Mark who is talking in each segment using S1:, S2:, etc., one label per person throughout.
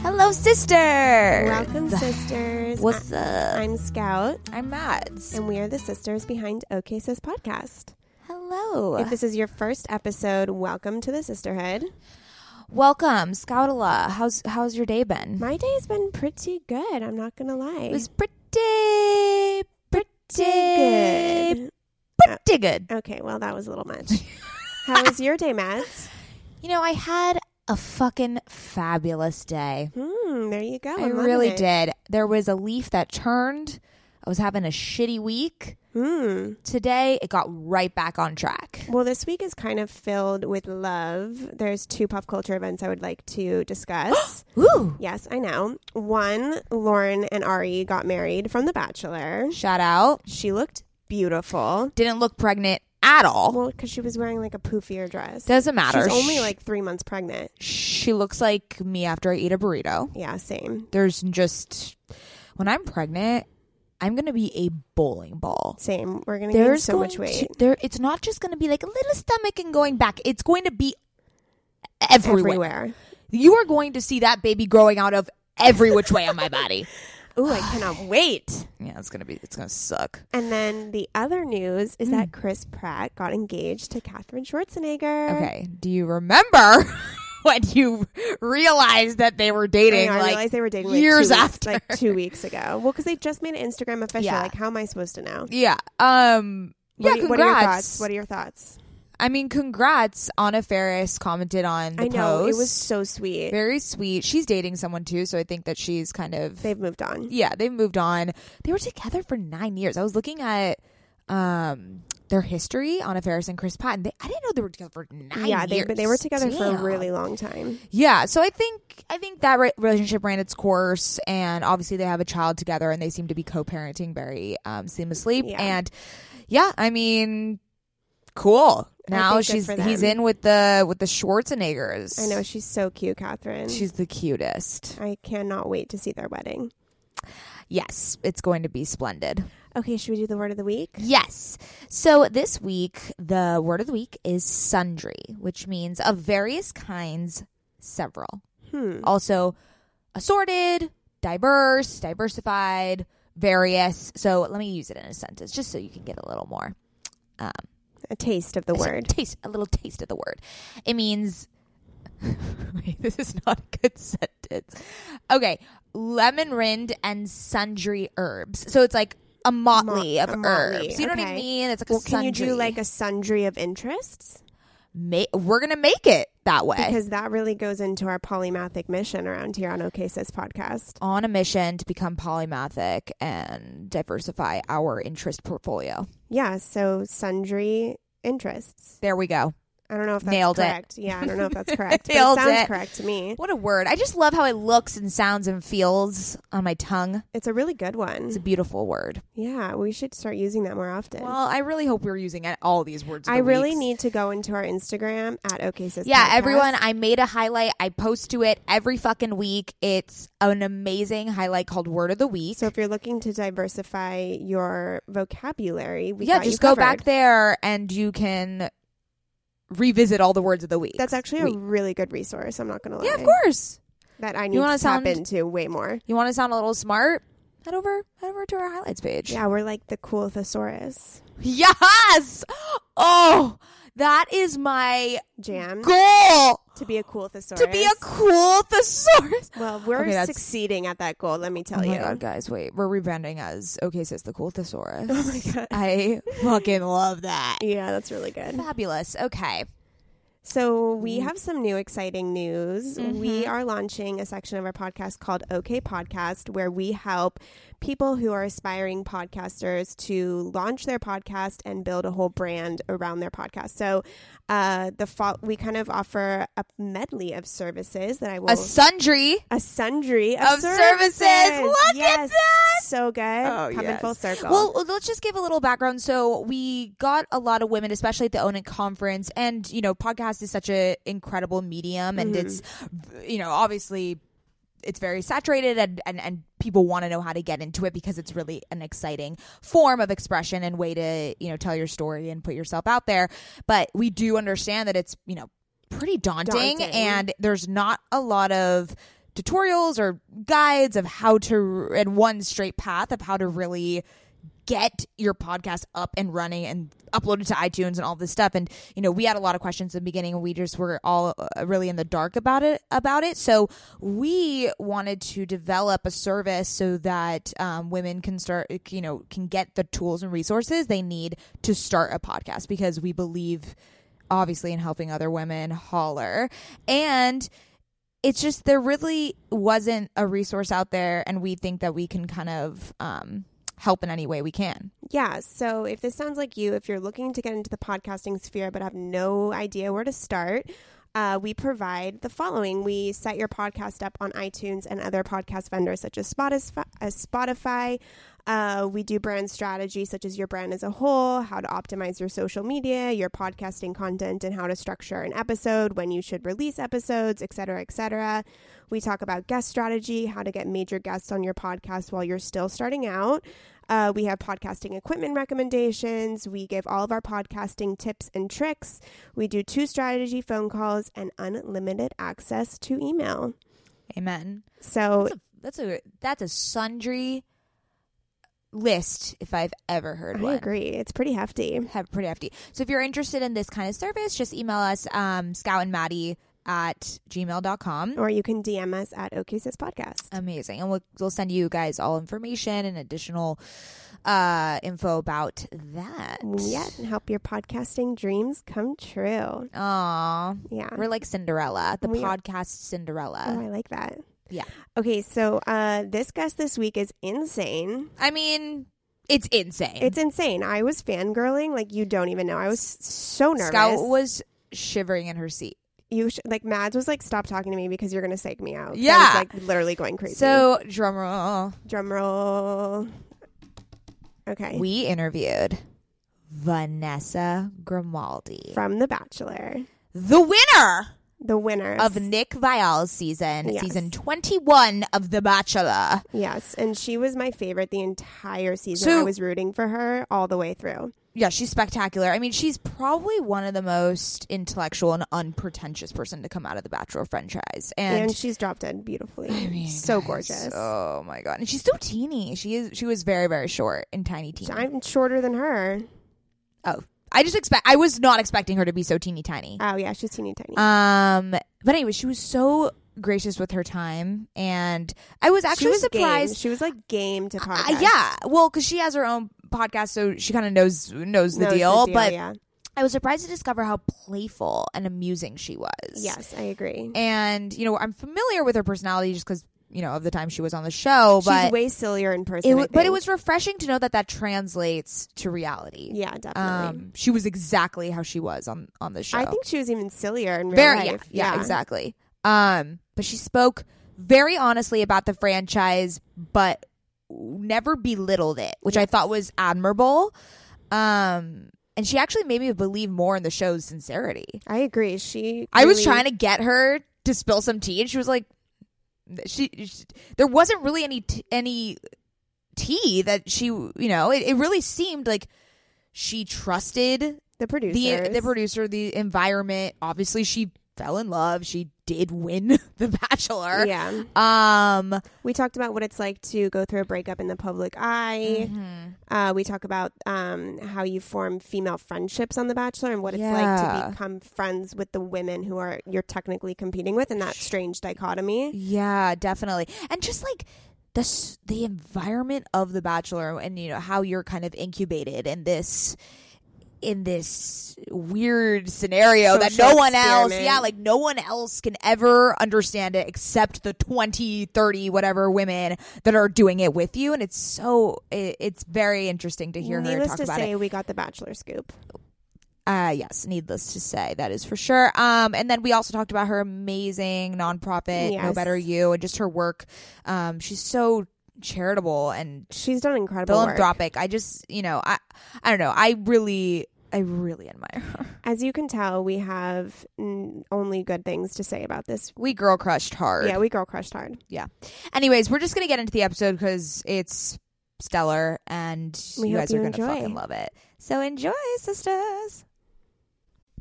S1: Hello, sister. Welcome,
S2: sisters.
S1: What's up?
S2: I'm Scout.
S1: I'm Mads.
S2: And we are the sisters behind OK Sis Podcast.
S1: Hello.
S2: If this is your first episode, welcome to the sisterhood.
S1: Welcome, Scoutala. How's how's your day been?
S2: My day's been pretty good. I'm not gonna lie.
S1: It was pretty, pretty, pretty good. Pretty good.
S2: Okay, well that was a little much. How was your day, Mads?
S1: You know, I had a fucking fabulous day.
S2: Mm, there you go.
S1: I
S2: I'm
S1: really
S2: loving it.
S1: did. There was a leaf that turned. I was having a shitty week.
S2: Mm.
S1: Today, it got right back on track.
S2: Well, this week is kind of filled with love. There's two pop culture events I would like to discuss.
S1: Ooh.
S2: yes, I know. One, Lauren and Ari got married from The Bachelor.
S1: Shout out.
S2: She looked beautiful.
S1: Didn't look pregnant at all.
S2: Well, because she was wearing like a poofier dress.
S1: Doesn't matter.
S2: She's only
S1: Sh-
S2: like three months pregnant.
S1: she looks like me after I eat a burrito.
S2: Yeah, same.
S1: There's just when I'm pregnant, I'm gonna be a bowling ball.
S2: Same. We're gonna gain
S1: There's
S2: so
S1: going
S2: much
S1: to-
S2: weight.
S1: there, it's not just gonna be like a little stomach and going back. It's going to be everywhere.
S2: Everywhere.
S1: You are going to see that baby growing out of every which way on my body.
S2: Ooh, I cannot wait.
S1: Yeah, it's gonna be. It's gonna suck.
S2: And then the other news is
S1: Hmm.
S2: that Chris Pratt got engaged to Katherine Schwarzenegger.
S1: Okay. Do you remember when you realized that they were dating?
S2: Oh I, know, I
S1: like
S2: realized they were dating like,
S1: years
S2: two weeks-
S1: after.
S2: like two weeks ago. Well, because they just made it Instagram official.
S1: Yeah.
S2: Like, how am I supposed to know?
S1: yeah. Um.
S2: What
S1: yeah.
S2: do you- What
S1: congrats.
S2: are your thoughts? What are your thoughts?
S1: I mean, congrats. Anna Ferris commented on the
S2: I know
S1: post.
S2: it was so sweet.
S1: very sweet. She's dating someone too, so I think that she's kind of
S2: They've moved on.
S1: yeah. They've moved on. They were together for nine years. I was looking at um their history, Anna Ferris and Chris Pratt. And they, I didn't know they were together for nine.
S2: yeah, they
S1: years.
S2: but they were together for a
S1: Damn.
S2: really long time.
S1: Yeah, so I think I think that re- relationship ran its course, and obviously they have a child together, and they seem to be co-parenting very um, seamlessly.
S2: Yeah.
S1: And yeah, I mean, cool.
S2: I
S1: Now
S2: think good
S1: she's
S2: for
S1: he's
S2: them.
S1: in with the with the Schwarzeneggers.
S2: I know she's so cute, Catherine.
S1: she's the cutest.
S2: I cannot wait to see their wedding.
S1: Yes, it's going to be splendid.
S2: Okay, should we do the word of the week?
S1: Yes. So this week, the word of the week is sundry, which means of various kinds, several.
S2: Hmm.
S1: also assorted, diverse, diversified, various. So let me use it in a sentence just so you can get a little more um,
S2: A taste of the
S1: a s-
S2: word.
S1: taste, a little taste of the word. It means Wait, this is not a good sentence. Okay, lemon rind and sundry herbs. So it's like a motley
S2: Mo-
S1: of
S2: a motley,
S1: herbs. You know what I
S2: okay.
S1: mean? It's like
S2: Well,
S1: a
S2: can
S1: sundry.
S2: you do like a sundry of interests?
S1: make we're gonna make it that way.
S2: Because that really goes into our polymathic mission around here on OK Sis podcast.
S1: on a mission to become polymathic and diversify our interest portfolio.
S2: Yeah, so sundry interests.
S1: There we go.
S2: I don't know if that's
S1: Nailed it.
S2: correct. Yeah, I don't know if that's correct. but it
S1: Nailed
S2: sounds
S1: it.
S2: correct to me.
S1: What a word. I just love how it looks and sounds and feels on my tongue.
S2: It's a really good one.
S1: It's a beautiful word.
S2: Yeah, we should start using that more often.
S1: Well, I really hope we're using it- all these words. of
S2: I
S1: the
S2: really
S1: weeks.
S2: need to go into our Instagram at OK Sis.
S1: Yeah,
S2: Podcast.
S1: everyone, I made a highlight. I post to it every fucking week. It's an amazing highlight called Word of the Week.
S2: So if you're looking to diversify your vocabulary, we
S1: yeah,
S2: got you
S1: just go back
S2: covered.
S1: there and you can revisit all the words of the week.
S2: That's actually
S1: Week.
S2: a really good resource. I'm not going to lie.
S1: Yeah, of course.
S2: That I need
S1: wanna
S2: to tap
S1: sound-
S2: into way more.
S1: You want to sound a little smart? Head over, head over to our highlights page.
S2: Yeah, we're like the cool thesaurus
S1: Yes. Oh, that is my
S2: jam
S1: goal
S2: to be a cool thesaurus.
S1: to be a cool thesaurus.
S2: well, we're
S1: Okay, that's-
S2: succeeding at that goal. Let me tell
S1: Oh my
S2: you.
S1: god, guys, wait. We're rebranding as okay, sis, the cool thesaurus.
S2: Oh my God.
S1: I fucking love that.
S2: Yeah, that's really good.
S1: Fabulous. Okay.
S2: So
S1: Mm.
S2: we have some new exciting news.
S1: Mm-hmm.
S2: We are launching a section of our podcast called OK Podcast where we help people who are aspiring podcasters to launch their podcast and build a whole brand around their podcast. So uh the fo- we kind of offer a medley of services that I will
S1: A sundry.
S2: a sundry of,
S1: of services. Look at
S2: yes.
S1: that.
S2: So good.
S1: Oh,
S2: Coming
S1: yes.
S2: full circle.
S1: Well, well, let's just give a little background. So we got a lot of women, especially at the Onan conference, and you know, podcast is such an incredible medium, and it's you know, obviously, it's very saturated, and and, and people want to know how to get into it because it's really an exciting form of expression and way to you know tell your story and put yourself out there. But we do understand that it's you know pretty daunting,
S2: Daunting.
S1: and there's not a lot of tutorials or guides of how to and one straight path of how to really get your podcast up and running and upload it to iTunes and all this stuff. And you know, we had a lot of questions in the beginning, and we just were all uh, really in the dark about it. About it, so we wanted to develop a service so that um, women can start, you know, can get the tools and resources they need to start a podcast because we believe, obviously, in helping other women holler and it's just there really wasn't a resource out there and we think that we can kind of um, help in any way we can
S2: Yeah. So if this sounds like you, if you're looking to get into the podcasting sphere but have no idea where to start, uh, we provide the following. We set your podcast up on iTunes and other podcast vendors such as Spotis- uh, Spotify. Uh, we do brand strategy such as your brand as a whole, how to optimize your social media, your podcasting content, and how to structure an episode, when you should release episodes, et cetera, et cetera. We talk about guest strategy, how to get major guests on your podcast while you're still starting out. Uh, we have podcasting equipment recommendations. We give all of our podcasting tips and tricks. We do two strategy phone calls and unlimited access to email.
S1: amen
S2: So,
S1: that's a that's a, that's a sundry list if i've ever heard
S2: I
S1: one Mm-hmm.
S2: agree. It's pretty hefty.
S1: have pretty hefty so if you're interested in this kind of service just email us um, scout and maddie at gmail.com
S2: Or you can DM us at OKSIS Podcast.
S1: amazing and we'll, we'll send you guys all information and additional uh, info about that
S2: Yeah, and help your podcasting dreams come true.
S1: Aww.
S2: Yeah.
S1: We're like Cinderella, the
S2: We are-
S1: podcast
S2: Oh,
S1: Cinderella.
S2: I like that.
S1: Yeah.
S2: Okay, so uh, this guest this week is insane.
S1: I mean, it's insane.
S2: It's insane. I was fangirling like you don't even know. I was so nervous.
S1: Scout was shivering in her seat.
S2: you sh- like Mads was like, stop talking to me because you're gonna psych me out. 'Cause
S1: Yeah.
S2: I was, like literally going crazy.
S1: So, drum roll,
S2: drum roll. Okay,
S1: we interviewed Vanessa Grimaldi,
S2: from The Bachelor,
S1: the winner
S2: the winner
S1: of Nick Vial's season,
S2: Yes.
S1: season 21 of The Bachelor.
S2: yes, and she was my favorite the entire season.
S1: So-
S2: I was rooting for her all the way through.
S1: Yeah, she's spectacular. I mean, she's probably one of the most intellectual and unpretentious person to come out of the Bachelor franchise.
S2: And,
S1: And
S2: she's dropped dead beautifully.
S1: I mean,
S2: so
S1: guys,
S2: gorgeous.
S1: Oh my god, and she's so teeny. She is. She was very very short and tiny teeny.
S2: I'm shorter than her.
S1: oh, I just expect. I was not expecting her to be so teeny tiny.
S2: Oh yeah, she's teeny tiny.
S1: Um, but anyway, she was so gracious with her time, and I was actually
S2: she was
S1: surprised.
S2: Game. She was like game to podcast.
S1: Uh, yeah, well, because she has her own podcast, so she kind of knows knows the,
S2: Knows
S1: deal, But
S2: yeah,
S1: I was surprised to discover how playful and amusing she was.
S2: Yes, I agree.
S1: And, you know, I'm familiar with her personality just because, you know, of the time she was on the show,
S2: She's
S1: but
S2: way sillier in person.
S1: it,
S2: I
S1: wa- but it
S2: think.
S1: was refreshing to know that that translates to reality.
S2: yeah, definitely.
S1: Um, she was exactly how she was on, on the show.
S2: I think she was even sillier in real
S1: very yeah,
S2: life.
S1: yeah, exactly um but she spoke very honestly about the franchise but never belittled it which i thought was admirable um and she actually made me believe more in the show's sincerity
S2: I agree. She.
S1: i was
S2: really-
S1: trying to get her to spill some tea and she was like she, she there wasn't really any t- any tea that she you know it, it really seemed like she trusted
S2: the producer.
S1: the the producer, the environment. Obviously, she fell in love. She did win The Bachelor.
S2: Yeah,
S1: Um,
S2: we talked about what it's like to go through a breakup in the public
S1: Mm-hmm.
S2: eye.
S1: mhm.
S2: Uh, we talk about um, how you form female friendships on The Bachelor and what it's like
S1: Yeah.
S2: to become friends with the women who are you're technically competing with, and that strange dichotomy.
S1: yeah, definitely. And just like the s- the environment of The Bachelor, and you know how you're kind of incubated in this in this weird scenario that
S2: Social
S1: no one else
S2: experiment.
S1: yeah like no one else can ever understand it except the 20 30 whatever women that are doing it with you and it's so it, it's very interesting to hear her
S2: Needless
S1: talk
S2: to
S1: about it
S2: say, we got The Bachelor scoop.
S1: Uh, yes, needless to say, that is for sure. Um, and then we also talked about her amazing nonprofit, No
S2: Yes.
S1: Better You, and just her work. Um, she's so charitable and
S2: She's done incredible work.
S1: philanthropic. I just, you know, I, I don't know. I really, I really admire her.
S2: As you can tell, we have mm, only good things to say about this.
S1: We girl crushed hard.
S2: Yeah, we girl crushed hard.
S1: Anyways, we're just gonna get into the episode because it's stellar, and
S2: We
S1: you
S2: hope
S1: guys
S2: you
S1: are
S2: enjoy.
S1: gonna fucking love it. So enjoy, sisters.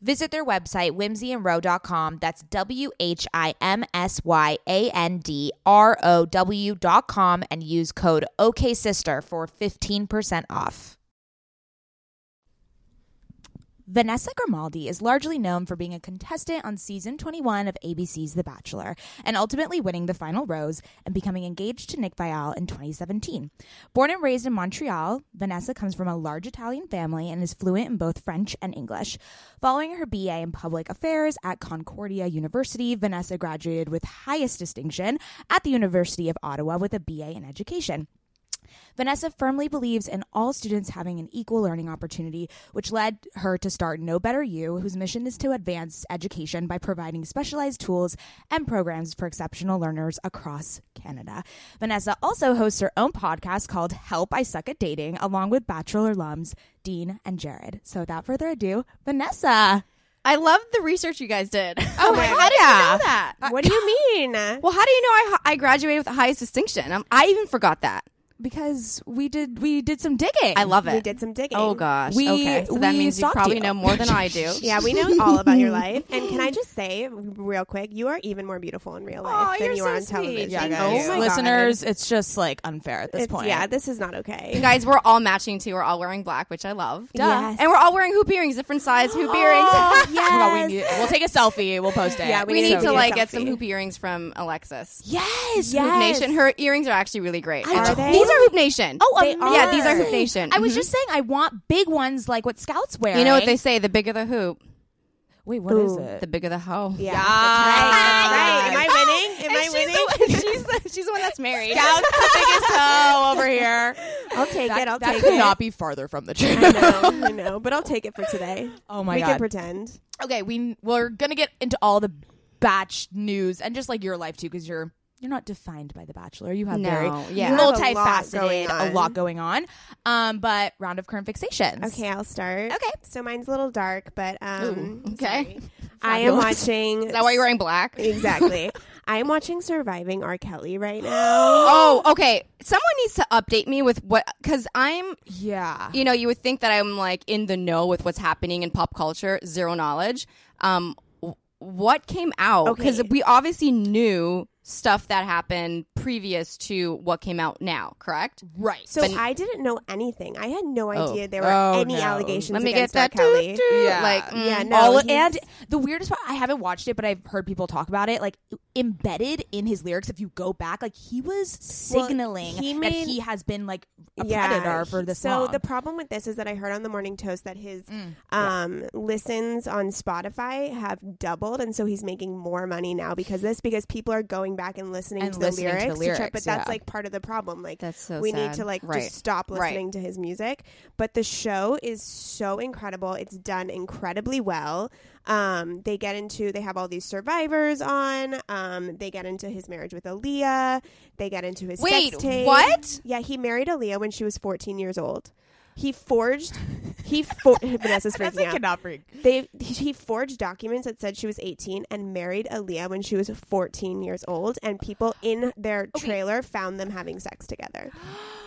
S1: Visit their website, whimsyandrow.com. That's W H I M S Y A N D R O W.com and use code OKSister for 15% off. Vanessa Grimaldi is largely known for being a contestant on season 21 of ABC's The Bachelor and ultimately winning the final rose and becoming engaged to Nick Vial in 2017. Born and raised in Montreal, Vanessa comes from a large Italian family and is fluent in both French and English. Following her BA in public affairs at Concordia University, Vanessa graduated with highest distinction at the University of Ottawa with a BA in education. Vanessa firmly believes in all students having an equal learning opportunity, which led her to start No Better You, whose mission is to advance education by providing specialized tools and programs for exceptional learners across Canada. Vanessa also hosts her own podcast called Help I Suck at Dating, along with Bachelor alums Dean and Jared. So without further ado, Vanessa.
S3: I love the research you guys did.
S1: Oh my
S3: how
S1: God,
S3: did
S1: yeah.
S3: you know that?
S2: What do you mean?
S3: Well, how do you know I, I graduated with the highest distinction? Um, I even forgot that.
S1: Because we did we did some digging.
S3: I love it.
S2: We did some digging.
S3: Oh gosh.
S1: We-
S3: okay. So that
S1: we
S3: means you
S1: stalked
S3: probably
S1: you.
S3: know more than I do.
S2: Yeah, we know all about your life. And can I just say, real quick, you are even more beautiful in real life
S1: Aw,
S2: than
S1: you're
S2: you
S1: so
S2: are on
S1: sweet.
S2: television.
S1: Yeah,
S3: guys.
S2: Oh my
S1: Listeners, it's just like unfair at
S2: God.
S1: this
S2: It's-
S1: point.
S2: yeah, this is not
S3: You
S2: okay.
S3: guys, we're all matching too. We're all wearing black, which I love.
S1: Duh. Yes.
S3: And we're all wearing hoop earrings, different size hoop
S1: Oh,
S3: earrings.
S1: yes. we need, we'll take a selfie. We'll post it.
S2: Yeah,
S3: we,
S2: We need
S3: need
S2: to
S3: to
S2: get a
S3: like get some
S2: selfie.
S3: hoop earrings from Alexis.
S1: Yes,
S3: Hoop
S1: yes.
S3: Nation. Her earrings are actually really great.
S1: I
S2: Are they?
S3: These are Hoop Nation.
S1: Oh,
S2: They
S1: amazing.
S3: Yeah, these are Hoop Nation.
S1: I was
S3: Mhm.
S1: just saying, I want big ones like what scouts wear.
S3: you know what they say? The bigger the hoop,
S1: Wait, what is
S2: Ooh.
S1: it?
S3: the bigger the hoe.
S2: Yeah.
S1: Ah.
S2: That's right. That's right. Am I winning? Am I winning?
S3: she's, the, she's, the, she's the one that's married.
S1: Scouts, the biggest toe over here.
S2: I'll take it. I'll
S1: that
S2: take
S1: could
S2: it.
S1: not be farther from the truth.
S2: I know, I know, but I'll take it for today.
S1: Oh my
S2: we
S1: god.
S2: can pretend.
S1: okay, we we're gonna get into all the batch news and just like your life too, because you're you're not defined by the Bachelor. You have
S3: No,
S1: very
S3: yeah.
S2: You have a lot
S1: multifaceted,
S2: going on.
S1: a lot going on. Um, but round of current fixations.
S2: Okay, I'll start.
S1: Okay.
S2: So mine's a little dark, but um,
S3: Ooh, okay.
S2: sorry. I am
S1: Fabulous.
S2: watching.
S3: Is that why you're wearing black?
S2: Exactly. I am watching Surviving R. Kelly right now.
S3: Oh, okay. Someone needs to update me with what, because I'm,
S1: Yeah.
S3: you know, you would think that I'm like in the know with what's happening in pop culture, zero knowledge. Um, w- what came out? Because
S2: Okay.
S3: we obviously knew stuff that happened previous to what came out now, correct?
S1: Right.
S2: So
S3: But-
S2: I didn't know anything. I had no
S3: Oh.
S2: idea there were
S1: Oh,
S2: any
S1: no.
S2: allegations
S3: Let me get
S2: against R.
S3: that.
S2: Kelly.
S3: doo-doo.
S1: Yeah.
S3: Like, mm,
S2: Yeah, no,
S1: all
S2: he's-
S1: and the weirdest part I haven't watched it, but I've heard people talk about it. Like embedded in his lyrics, if you go back, like he was
S2: Well,
S1: signaling
S2: he
S1: that
S2: made-
S1: he has been like a
S2: yeah,
S1: predator for
S2: he-
S1: this
S2: So
S1: long.
S2: the problem with this is that I heard on the morning toast that his
S1: Mm,
S2: um listens on Spotify have doubled, and so he's making more money now because this because people are going back and listening,
S1: And
S2: to, the
S1: listening to the
S2: lyrics check,
S1: lyrics,
S2: but that's
S1: yeah.
S2: like part of the problem. Like
S3: That's so
S2: we need
S3: sad.
S2: to like
S3: Right.
S2: just stop
S3: Right.
S2: listening to his music. But the show is so incredible. It's done incredibly well. Um, they get into they have all these survivors on. Um, they get into his marriage with Aaliyah. They get into his
S3: Wait,
S2: sex tape.
S3: what?
S2: Yeah, he married Aaliyah when she was 14 years old. He forged. He for- Vanessa's
S1: That's
S2: freaking out.
S1: cannot freak.
S2: They he forged documents that said she was 18 and married Aaliyah when she was 14 years old, and people in their trailer found them having sex together.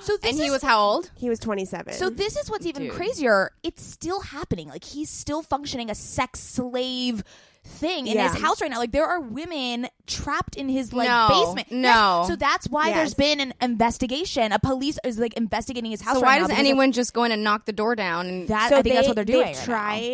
S1: So this
S3: And he
S1: is-
S3: was how old?
S2: He was 27.
S1: So this is what's even
S3: Dude.
S1: crazier. It's still happening. Like he's still functioning a sex slave thing in
S2: Yeah.
S1: his house right now. Like there are women trapped in his like
S3: No,
S1: basement.
S3: no.
S1: Yes. So that's why
S2: Yes.
S1: there's been an investigation. A police is like investigating his house.
S3: So
S1: right
S3: why
S1: now
S3: doesn't
S1: because of-
S3: anyone just go in and knock the door down? And
S1: That,
S2: So
S1: I think that's what they're
S2: they-
S1: doing. right
S2: They've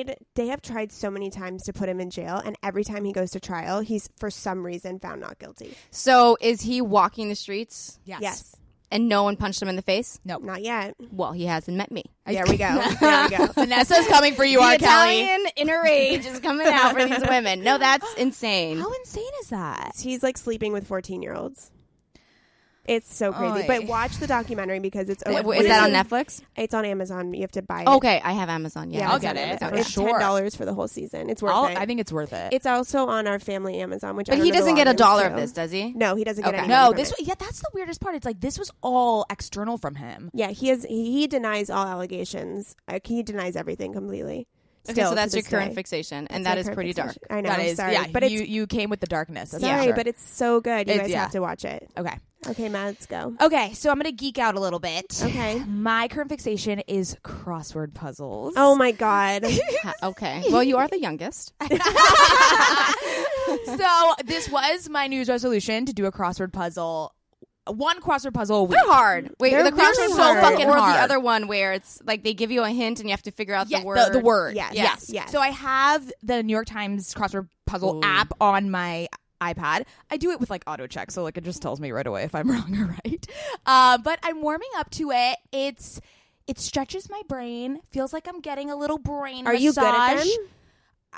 S1: now.
S2: tried. They have tried so many times to put him in jail, and every time he goes to trial, he's for some reason found not guilty.
S3: so is he walking the streets?
S1: Yes.
S2: Yes.
S3: and no one punched him in the face?
S1: Nope.
S2: Not yet.
S3: Well, he hasn't met me.
S2: There we go. There we go.
S1: Vanessa's coming for you,
S3: the
S1: R. Kelly.
S3: Italian inner rage is coming out for these women. No, that's insane.
S1: How insane is that?
S2: He's like sleeping with 14 year olds. It's so crazy.
S1: Oy.
S2: But watch the documentary because it's
S3: Oh, Is
S2: what
S3: that on
S2: it?
S3: Netflix?
S2: It's on Amazon. You have to buy it.
S3: Okay, I have Amazon. Yeah,
S2: Yeah,
S1: I'll
S2: it's
S3: it's
S1: get
S2: on
S3: on
S1: it.
S3: Amazon.
S2: Amazon.
S1: for
S2: It's
S1: sure.
S2: ten dollars for the whole season. It's worth
S1: I'll,
S2: it.
S1: I think it's worth it.
S2: it's also on our family Amazon, which I
S3: But
S2: don't
S3: he
S2: know the
S3: doesn't get a
S2: logins
S3: dollar of
S2: to.
S3: this, does he?
S2: No, he doesn't
S3: Okay.
S2: get any. money
S1: no,
S2: from
S1: this
S2: it.
S1: yeah, that's the weirdest part. It's like this was all external from him.
S2: Yeah, he is. He, he denies all allegations. Like, he denies everything completely.
S3: Okay,
S2: Still
S3: so
S2: to
S3: that's your
S2: this
S3: current
S2: day.
S3: fixation,
S2: That's
S3: and that
S2: my
S3: is
S2: current
S3: pretty dark.
S2: fixation. I know.
S1: That
S2: I'm
S1: is,
S2: sorry,
S1: yeah.
S2: but
S1: you
S2: it's
S1: you came with the darkness. That's
S2: sorry,
S1: for sure.
S2: but it's so good. You
S1: It's-
S2: guys
S1: yeah.
S2: have to watch it.
S1: okay.
S2: Okay, Matt, let's go.
S1: Okay, so I'm gonna geek out a little bit.
S2: Okay.
S1: My current fixation is crossword puzzles.
S2: Oh my god.
S3: Ha- okay. Well, you are the youngest.
S1: so this was my news resolution to do a crossword puzzle, one crossword puzzle a week.
S3: They're hard. Wait,
S2: They're
S3: the crossword's
S2: really
S3: so
S2: hard.
S3: fucking
S1: Or
S3: hard.
S1: the
S3: Or the
S1: other
S3: other one where it's like they give you a hint and you have to figure out
S1: Yeah,
S3: the word.
S1: The, word.
S2: Yes,
S1: yes.
S2: yes.
S1: So I have the New York Times crossword puzzle
S3: Ooh.
S1: app on my iPad. I do it with like auto check, so like it just tells me right away if I'm wrong or right. Uh, but I'm warming up to it. It's it stretches my brain. Feels like I'm getting a little brain.
S2: Are you good at
S1: massage.
S2: them?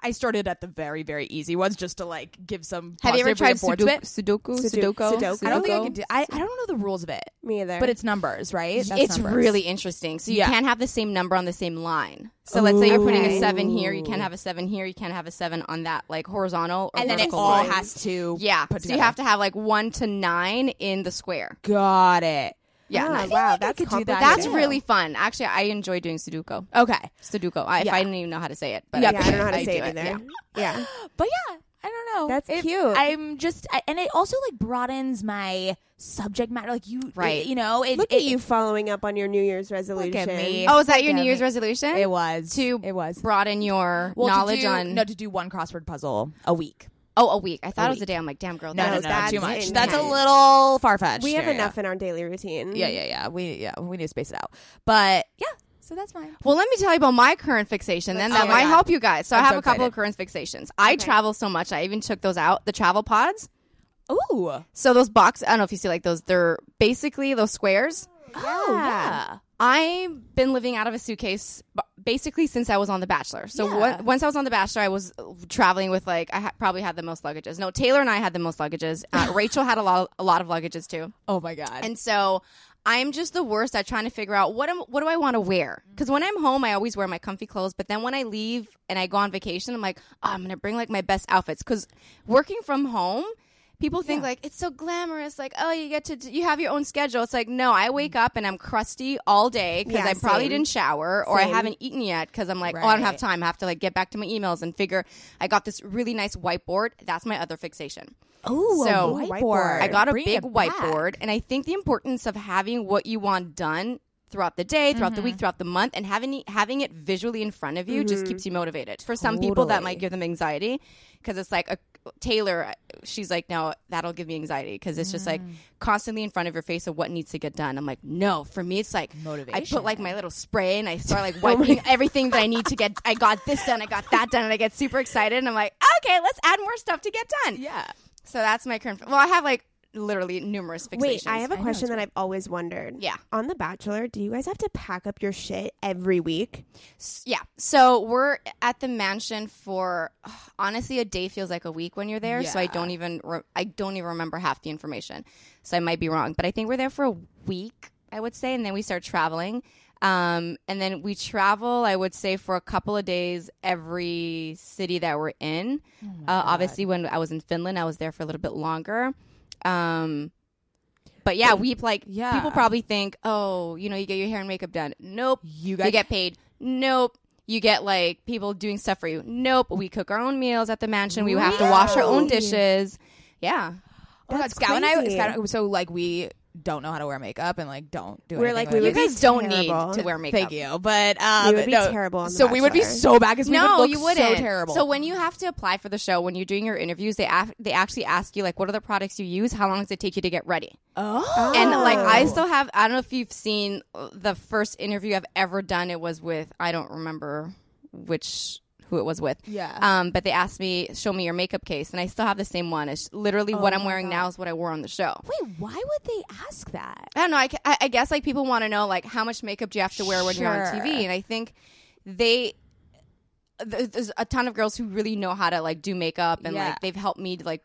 S1: I started at the very, very easy ones just to like give some.
S3: Have you ever
S1: positive
S3: tried
S1: reinforcement.
S3: Sudoku? Sudoku?
S2: Sudo-
S3: Sudoku?
S2: Sudoku.
S1: I don't think I can do. I, I don't know the rules of it,
S2: Me either.
S1: but it's numbers, right? That's
S3: it's
S1: numbers.
S3: really interesting. So you
S1: Yeah.
S3: can't have the same number on the same line. So let's say you're putting
S2: Okay.
S3: a seven here, you can't have a seven here, you can't have a seven on that like horizontal or
S1: and then it
S3: vertical
S1: all
S3: line.
S1: has to.
S3: yeah.
S1: put
S3: So you
S1: together.
S3: have to have like one to nine in the square.
S1: Got it.
S3: Yeah,
S2: Ah,
S3: nice.
S2: wow,
S1: think I
S2: that's
S1: could do that.
S2: complicated.
S3: that's
S1: Yeah.
S3: really fun. Actually, I enjoy doing Sudoku. Uh,
S1: Okay,
S3: Sudoku. I, if
S1: Yeah.
S3: I don't even know how to say it, but
S1: Yeah,
S2: yeah, I don't know how to
S3: I
S2: say
S3: do
S2: it either.
S3: yeah.
S2: yeah.
S1: but yeah, I don't know.
S2: That's
S1: It-
S2: cute.
S1: I'm just, I, and it also like broadens my subject matter. Like you,
S3: Right.
S1: it- you know, it,
S2: Look
S1: it,
S2: at you following up on your New Year's resolution.
S1: me.
S3: Oh, is that your
S1: Yeah,
S3: New Year's
S1: me-
S3: resolution?
S1: It was
S3: To
S1: it was
S3: broaden your
S1: Well, to
S3: knowledge
S1: do-
S3: on
S1: no to do one crossword puzzle a week.
S3: oh a week. I thought
S1: A
S3: it was a day. I'm like, damn girl,
S1: No,
S3: that
S1: no,
S3: is
S1: no,
S2: that's
S1: too much.
S2: intense.
S1: That's a little far fetched.
S2: We have enough in our daily routine.
S1: Yeah, yeah, yeah. We yeah we need to space it out. But yeah, so that's mine.
S3: Well, let me tell you about my current fixation, then
S1: Let's
S3: that
S1: do it.
S3: might help you guys. So i
S1: I'm
S3: have
S1: so
S3: a couple
S1: excited.
S3: of current fixations. I travel so much. I even took those out, the travel pods.
S1: Ooh.
S3: So those box, I don't know if you see like those. They're basically those squares.
S1: Oh yeah.
S3: I've been living out of a suitcase b- basically since I was on The Bachelor. So
S1: Yeah.
S3: on- once I was on The Bachelor, I was uh, traveling with like I ha- probably had the most luggages. No, Taylor and I had the most luggages. Uh, Rachel had a lot, a lot of luggages too.
S1: Oh my god.
S3: And so I'm just the worst at trying to figure out what am what do I want to wear?
S2: Mm-hmm.
S3: Because when I'm home, I always wear my comfy clothes. But then when I leave and I go on vacation, I'm like, oh, I'm gonna bring like my best outfits. Because working from home, people think like it's so glamorous. Like oh, you get to d- you have your own schedule. It's like no, I wake up and I'm crusty all day because
S2: Mm. Yeah,
S3: I probably
S2: same.
S3: didn't shower or
S2: Same.
S3: I haven't eaten yet because I'm like oh, I don't have
S1: Right.
S3: time. I have to like get back to my emails and figure. I got this really nice whiteboard. That's my other fixation.
S1: Ooh, a
S3: so-
S1: whiteboard.
S3: I got a
S1: Bring
S3: big
S1: it back.
S3: whiteboard, and I think the importance of having what you want done throughout the day, throughout the
S1: Mm-hmm.
S3: week, throughout the month, and having having it visually in front of you just keeps you motivated. For some people, that might
S1: Totally.
S3: give them anxiety because it's like a Taylor. She's like, no, that'll give me anxiety because it's just like
S1: Mm.
S3: constantly in front of your face of what needs to get done. I'm like, no, for me, it's like I
S1: Motivation. Oh
S3: put like my little spray and I start like wiping everything that I need to get. I got this done, I got that done, and I get super excited. And I'm like, okay, let's add more stuff to get done.
S1: Yeah.
S3: So that's my current. Well, I have like literally numerous fixations.
S2: Wait, I have a
S1: know,
S2: question
S1: it's
S2: that I've always wondered.
S3: Yeah.
S2: On The Bachelor, do you guys have to pack up your shit every week?
S3: S- yeah. So we're at the mansion for ugh, honestly a day feels like a week when you're there. So I
S1: Yeah.
S3: don't even re- I don't even remember half the information. So I might be wrong, but I think we're there for a week. I would say, and then we start traveling. Um, and then we travel, I would say, for a couple of days every city that we're in.
S1: Oh
S3: uh, obviously, when I was in Finland, I was there for a little bit longer. Um, but yeah, we like
S1: Yeah.
S3: people probably think, oh, you know, you get your hair and makeup done. Nope.
S1: You
S3: You,
S1: guys-
S3: get paid. Nope. You get like people doing stuff for you. Nope. We cook our own meals at the mansion. We have to wash our own dishes. Yeah.
S1: Oh my god,
S2: That's
S1: Scout and I.
S2: crazy.
S1: Scout, so like we don't know how to wear makeup and like don't do.
S2: We're
S1: anything
S2: like,
S1: with
S2: we
S1: it.
S3: You
S2: would be
S3: guys don't
S2: terrible.
S3: need to wear makeup.
S1: Thank you, but um,
S2: would be
S1: no.
S2: terrible on The
S1: so we would be
S2: Bachelor.
S1: so bad because we would
S3: no,
S1: look
S3: you wouldn't.
S1: so terrible.
S3: So when you have to apply for the show, when you're doing your interviews, they af- they actually ask you like, what are the products you use? How long does it take you to get ready?
S1: oh,
S3: And like I still have I don't know if you've seen uh, the first interview I've ever done it was with I don't remember which who it was with.
S1: Yeah.
S3: Um, but they asked me, show me your makeup case, and I still have the same one. It's literally what
S1: Oh
S3: I'm wearing now is what I wore on the show.
S1: Wait, why would they ask that?
S3: I don't know. I, ca- I- I guess like people want to know like how much makeup do you have to wear when you're on
S1: Sure.
S3: TV, and I think they th- there's a ton of girls who really know how to like do makeup, and
S1: Yeah.
S3: like they've helped me to, like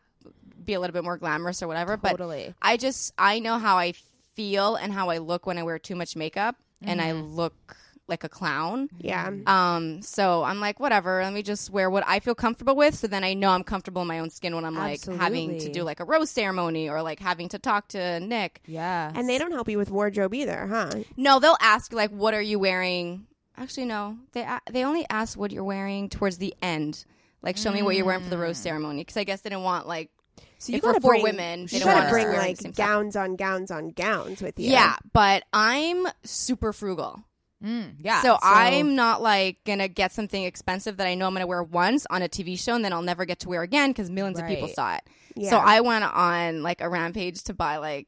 S3: be a little bit more glamorous or whatever.
S1: Totally.
S3: But I just I know how I feel and how I look when I wear too much makeup, and I look like a clown.
S2: Yeah.
S3: Um, so I'm like, whatever. Let me just wear what I feel comfortable with. So then I know I'm comfortable in my own skin when I'm like having to
S1: Absolutely.
S3: do like a rose ceremony or like having to talk to Nick.
S1: Yeah.
S2: And they don't help you with wardrobe either, huh?
S3: No, they'll ask like, "What are you wearing?" Actually, no. They a- they only ask what you're wearing towards the end. Like, show me what you're wearing for the rose ceremony, because I guess they didn't want like.
S2: So you
S3: if we're
S2: gotta
S3: four
S2: bring-
S3: women, they
S2: You
S3: don't
S2: gotta
S3: want us
S2: bring
S3: wearing the
S2: like
S3: same stuff.
S2: gowns on gowns on gowns with you.
S3: Yeah. but I'm super frugal,
S1: Mm, yeah.
S3: so, I'm not like gonna get something expensive that I know I'm gonna wear once on a TV show and then I'll never get to wear again because millions of people
S1: Right.
S3: saw it.
S2: Yeah.
S3: So I went on like a rampage to buy like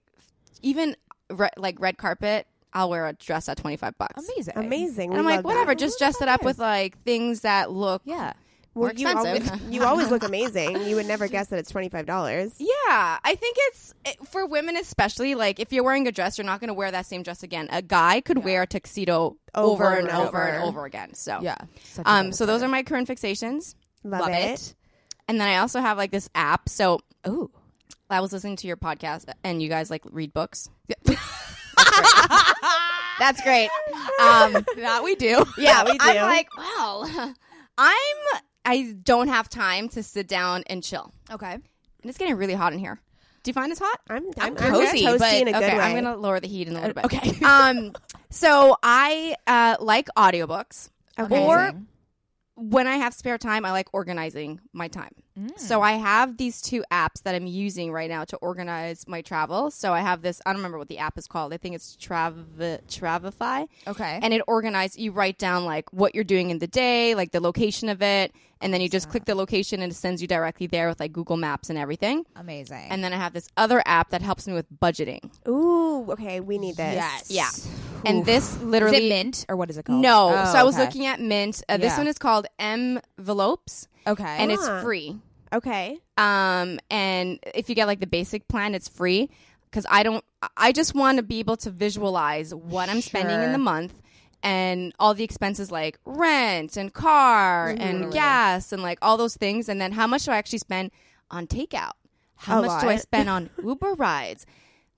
S3: even re- like red carpet. I'll wear a dress at twenty five bucks.
S1: amazing.
S2: Amazing.
S3: And
S2: We
S3: I'm
S2: love
S3: like,
S2: that.
S3: whatever, just dress it up with like things that look.
S1: Yeah.
S2: Well,
S3: more
S2: you
S3: expensive.
S2: always you always look amazing. You would never guess that it's twenty five dollars.
S3: Yeah, I think it's it- for women especially. Like, if you're wearing a dress, you're not going to wear that same dress again. A guy could wear a tuxedo
S2: Over
S3: over,
S2: and
S3: and over,
S2: over.
S3: and over again. So
S1: Yeah.
S3: um, so those are my current fixations,
S2: Love,
S1: love
S2: it.
S1: it.
S3: and then I also have like this app. So
S1: Ooh.
S3: I was listening to your podcast, and you guys like read books. That's great. Um,
S1: that we do.
S3: yeah,
S2: we do.
S3: I'm like, well, I'm I don't have time to sit down and chill.
S1: Okay.
S3: And it's getting really hot in here. Do you find it's hot?
S2: I'm I'm,
S3: I'm
S2: cozy,
S3: cozy,
S2: toasty
S3: but
S2: in a good
S3: okay,
S2: way. Uh,
S3: I'm gonna lower the heat in a little bit.
S1: okay.
S3: um, so I uh, like audiobooks,
S2: Okay.
S3: or when I have spare time, I like organizing my time. So
S1: Mm.
S3: I have these two apps that I'm using right now to organize my travel. So I have this. I don't remember what the app is called. I think it's Trav Travify
S1: Okay.
S3: and it organized you write down like what you're doing in the day like the location of it and then you just click the location and it sends you directly there with like google maps and everything
S1: amazing.
S3: and then i have this other app that helps me with budgeting
S2: Ooh, okay, we need this.
S1: yes.
S3: yeah and this
S1: Is
S3: literally
S1: it mint or what is it called?
S3: no
S1: Oh,
S3: so i was
S1: okay.
S3: looking at mint uh,
S1: Yeah.
S3: this one is called envelopes
S1: Okay.
S3: and it's
S2: Ah.
S3: free
S2: Okay.
S3: um and if you get like the basic plan it's free because i don't i just want to be able to visualize what i'm spending in
S1: Sure.
S3: the month and all the expenses like rent and car
S2: Mm-hmm.
S3: and gas and like all those things and then how much do i actually spend on takeout how
S2: A
S3: much do i
S2: lot.
S3: spend on uber rides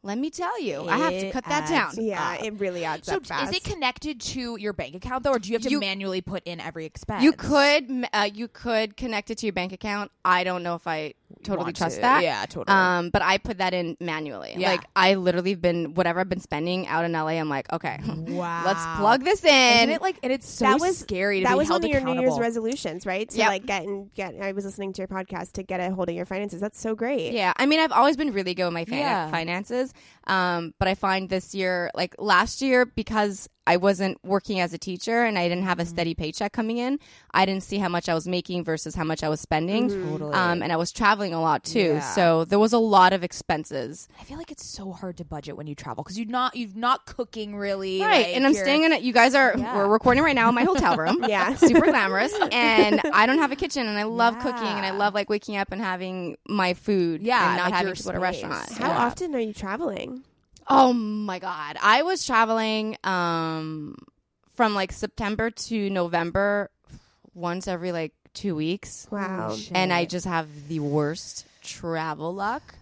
S3: let me tell you i have to
S1: It
S3: cut that
S1: adds
S3: down
S2: Yeah, it really adds
S1: so
S2: up fast.
S1: is it connected to your bank account though, or do you have to
S3: You-
S1: manually put in every expense?
S3: you could uh, you could connect it to your bank account i don't know if i totally
S1: Want
S3: trust
S1: to.
S3: that
S1: Yeah, totally.
S3: um but i put that in manually
S1: Yeah.
S3: like i literally have been whatever i've been spending out in la i'm like okay
S1: Wow.
S3: let's plug this in
S1: Isn't it like and it's so
S2: that was
S1: scary to
S2: that
S1: be
S2: was
S1: held
S2: one of your New Year's
S1: accountable.
S2: resolutions, right? To
S3: Yep.
S2: like get and get. I was listening to your podcast to get a hold of your finances. That's so great.
S3: yeah i mean i've always been really good with my fin-
S1: Yeah.
S3: finances um but i find this year like last year because i wasn't working as a teacher and i didn't have
S1: Mm-hmm.
S3: a steady paycheck coming in i didn't see how much i was making versus how much i was spending
S1: Totally.
S3: um and i was traveling a lot too
S1: Yeah.
S3: so there was a lot of expenses
S1: I feel like it's so hard to budget when you travel because you're not you're not cooking really.
S3: right
S1: like,
S3: and i'm
S1: you're-
S3: staying in it you guys are
S1: Yeah.
S3: we're recording right now in my hotel room
S2: Yeah.
S3: super glamorous and i don't have a kitchen and i love cooking and i
S1: Yeah.
S3: love like waking up and having my food
S1: Yeah,
S3: and not
S1: like
S3: having
S1: your
S3: to go to a
S1: space.
S3: restaurant
S2: How
S3: Yeah.
S2: often are you traveling?
S3: oh my god i was traveling um from like september to november once every like two weeks
S2: Wow.
S1: Shit.
S3: and i just have the worst travel luck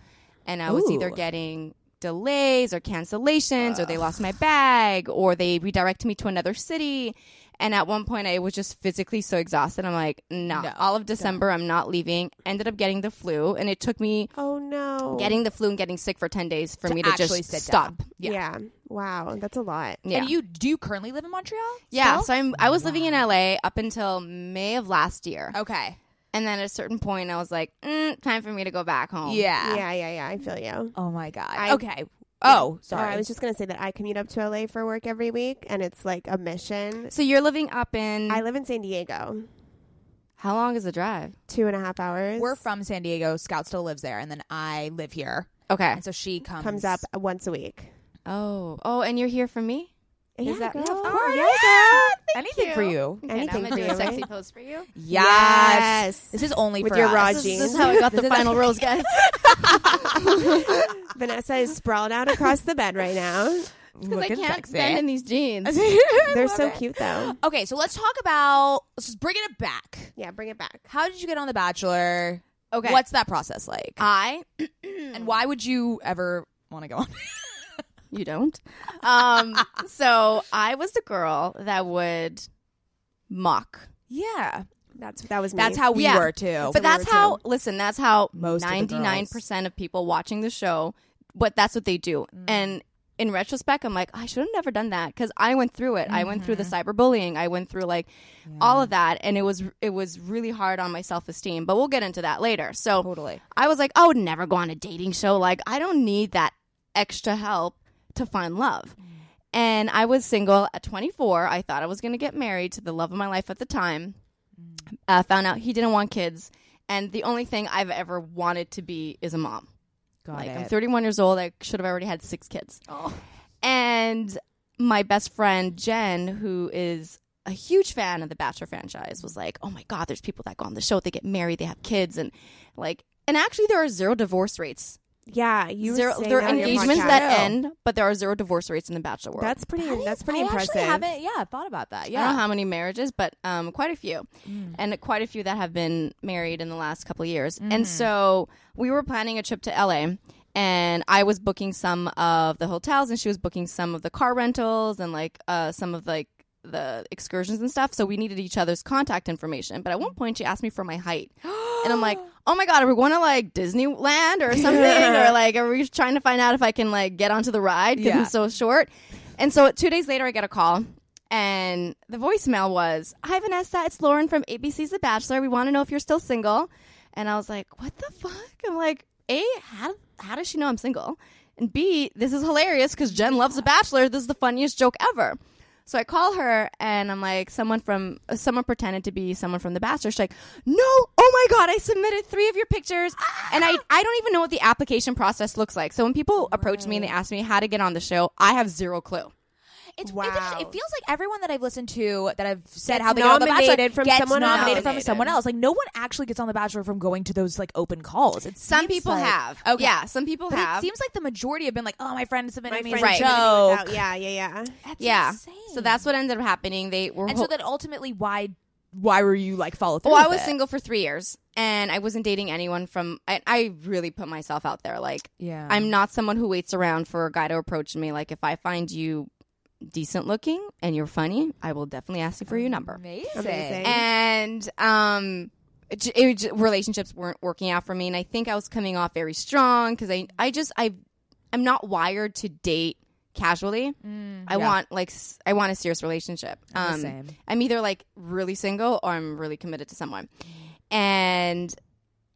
S3: and i was
S1: Ooh.
S3: either getting delays or cancellations or they lost my bag or they redirected me to another city and at one point i was just physically so exhausted i'm like nah,
S1: No,
S3: all of december i'm not leaving ended up getting the flu and it took me
S2: Oh no.
S3: getting the flu and getting sick for 10 days for
S1: To
S3: me to
S1: actually
S3: just
S1: sit
S3: stop
S1: down.
S2: yeah. Wow, that's a lot.
S3: yeah
S1: And you do you currently live in Montreal?
S3: yeah
S1: still?
S3: so i'm i was living in la up until may of last year
S1: okay.
S3: and then at a certain point i was like mm, time for me to go back home
S1: Yeah.
S2: Yeah, yeah, yeah. I feel you.
S1: Oh my god.
S2: I-
S1: okay. Oh,
S2: Oh,
S1: sorry.
S2: I was just gonna say that I commute up to LA for work every week, and it's like a mission.
S3: so you're living up in
S1: Mm.
S2: I live in San Diego,
S3: how long is the drive
S2: two and a half hours.
S1: We're from San Diego. Scout still lives there, and then I live here,
S3: okay
S1: and so she comes
S2: comes up once a week.
S3: oh oh and you're here for me
S2: Yeah,
S3: that-
S2: girl.
S3: Yeah, of
S1: Oh,
S2: Yeah,
S1: yeah. Anything for you.
S3: Okay, now
S2: Anything
S3: I'm
S2: for
S3: gonna do
S2: you,
S3: a sexy
S2: right?
S3: pose for you.
S1: Yes.
S2: Yes.
S1: This is only
S2: With
S1: for
S2: your
S1: us.
S2: raw
S3: This,
S2: jeans.
S3: is how I got the final rose, guys.
S2: Vanessa is sprawled out across the bed right now.
S3: Because I
S1: Looking
S3: can't
S1: sexy.
S3: stand in these jeans.
S2: They're so cute though.
S1: Okay, so let's talk about let's just bringing it back.
S2: Yeah, bring it back.
S1: How did you get on The Bachelor?
S3: Okay. Um,
S1: What's that process like?
S3: I
S1: and why would you ever want to go on?
S3: you don't. Um, so I was the girl that would mock.
S1: yeah.
S2: That's that was me.
S1: That's how we
S3: Yeah.
S1: were too.
S3: but that's
S2: were
S3: how listen that's how
S1: Most of the girls.
S3: 99% of people watching the show but that's what they do and in retrospect i'm like i should have never done that because i went through it i went through the cyberbullying i went through like all of that and it was it was really hard on my self-esteem but we'll get into that later so
S1: Totally.
S3: i was like i would never go on a dating show like i don't need that extra help to find love and i was single at 24 i thought i was going to get married to the love of my life at the time uh, found out he didn't want kids and the only thing i've ever wanted to be is a mom
S1: Got
S3: like i'm 31 years old i should have already had six kids
S2: Oh.
S3: and my best friend jen who is a huge fan of the bachelor franchise was like oh my god there's people that go on the show they get married they have kids and like and actually there are zero divorce rates
S2: Yeah, you were
S3: zero
S2: saying
S3: there
S2: that
S3: are
S2: on your
S3: engagements
S2: podcast.
S3: that end but there are zero divorce rates in the bachelor world
S2: That's pretty. that's pretty
S1: I
S2: impressive.
S1: actually haven't yeah, thought about that.
S3: I don't
S1: Yeah. Mm.
S3: know how many marriages, but um, quite a few, and quite a few that have been married in the last couple of years.
S1: Mm.
S3: And so we were planning a trip to LA, and I was booking some of the hotels, and she was booking some of the car rentals and like uh, some of like the excursions and stuff. So we needed each other's contact information. But at
S1: Mm.
S3: one point, she asked me for my height, and I'm like. Oh my god, are we going to like Disneyland or something? or like are we trying to find out if I can like get onto the ride because
S1: Yeah.
S3: I'm so short? And so two days later I get a call and the voicemail was, Hi, Vanessa, it's Lauren from ABC's The Bachelor. We want to know if you're still single. And I was like, What the fuck? I'm like, A, how, how does she know I'm single? And B, this is hilarious because Jen loves The Bachelor. This is the funniest joke ever. So I call her and I'm like, someone from, uh, someone pretended to be someone from The Bachelor. She's like, no, oh my God, I submitted three of your pictures. And I, I don't even know what the application process looks like. So when people approach me and they ask me how to get on the show, I have zero clue.
S1: It's,
S2: Wow.
S1: it's interesting. It feels like everyone that I've listened to that I've said
S2: Gets
S1: how they got on the Bachelor
S2: nominated from
S1: gets
S2: someone else.
S1: nominated from someone else. Like no one actually gets on the Bachelor from going to those like open calls. It's
S3: Some people have. Oh
S1: Okay.
S3: Yeah, some people
S1: But
S3: have.
S1: it seems like the majority have been like, "Oh, my friend submitted
S2: My
S1: me
S2: friend
S1: as a
S2: did
S3: Right.
S2: it
S1: joke."
S2: without- Yeah, yeah, yeah.
S1: That's
S3: yeah.
S1: insane.
S3: So that's what ended up happening. They were
S1: and so then ultimately, why why were you like follow through?
S3: Well, Oh, I
S1: with
S3: was
S1: it?
S3: single for 3 years and I wasn't dating anyone from I, I really put myself out there like
S1: Yeah,
S3: I'm not someone who waits around for a guy to approach me like if I find you decent looking and you're funny, I will definitely ask you for your number.
S1: amazing.
S2: Amazing.
S3: and um it, j- it, j- relationships weren't working out for me and i think i was coming off very strong because i i just i i'm not wired to date casually i
S1: Mm, yeah.
S3: want like s- i want a serious relationship Um,
S1: I'm the same.
S3: i'm either like really single or i'm really committed to someone and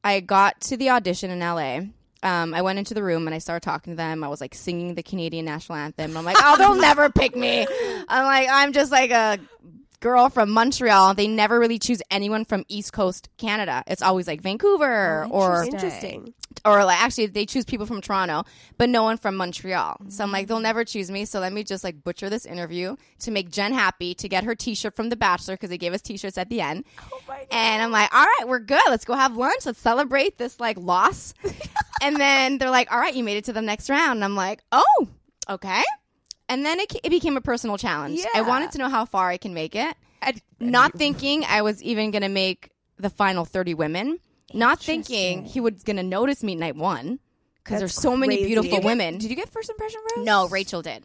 S3: i got to the audition in la um, I went into the room and I started talking to them. I was like singing the Canadian national anthem. I'm like, oh, they'll never pick me. I'm like, I'm just like a girl from Montreal, they never really choose anyone from East Coast Canada. It's always like Vancouver or
S2: Interesting.
S3: or like actually they choose people from Toronto, but no one from Montreal. So I'm like, they'll never choose me. So let me just like butcher this interview to make Jen happy to get her T-shirt from The Bachelor because they gave us T-shirts at the end. and I'm like, all right, we're good. Let's go have lunch. Let's celebrate this like loss. and then they're like, all right, you made it to the next round. And I'm like, oh, okay. And then it, ca- it became a personal challenge. I
S1: Yeah.
S3: wanted to know how far I can make it. Not thinking I was even gonna make the final thirty women. Not thinking he was gonna notice me night one because there's so many
S2: crazy.
S3: beautiful
S2: Did you
S3: women.
S1: Did you get first impression rose?
S3: no, Rachel did.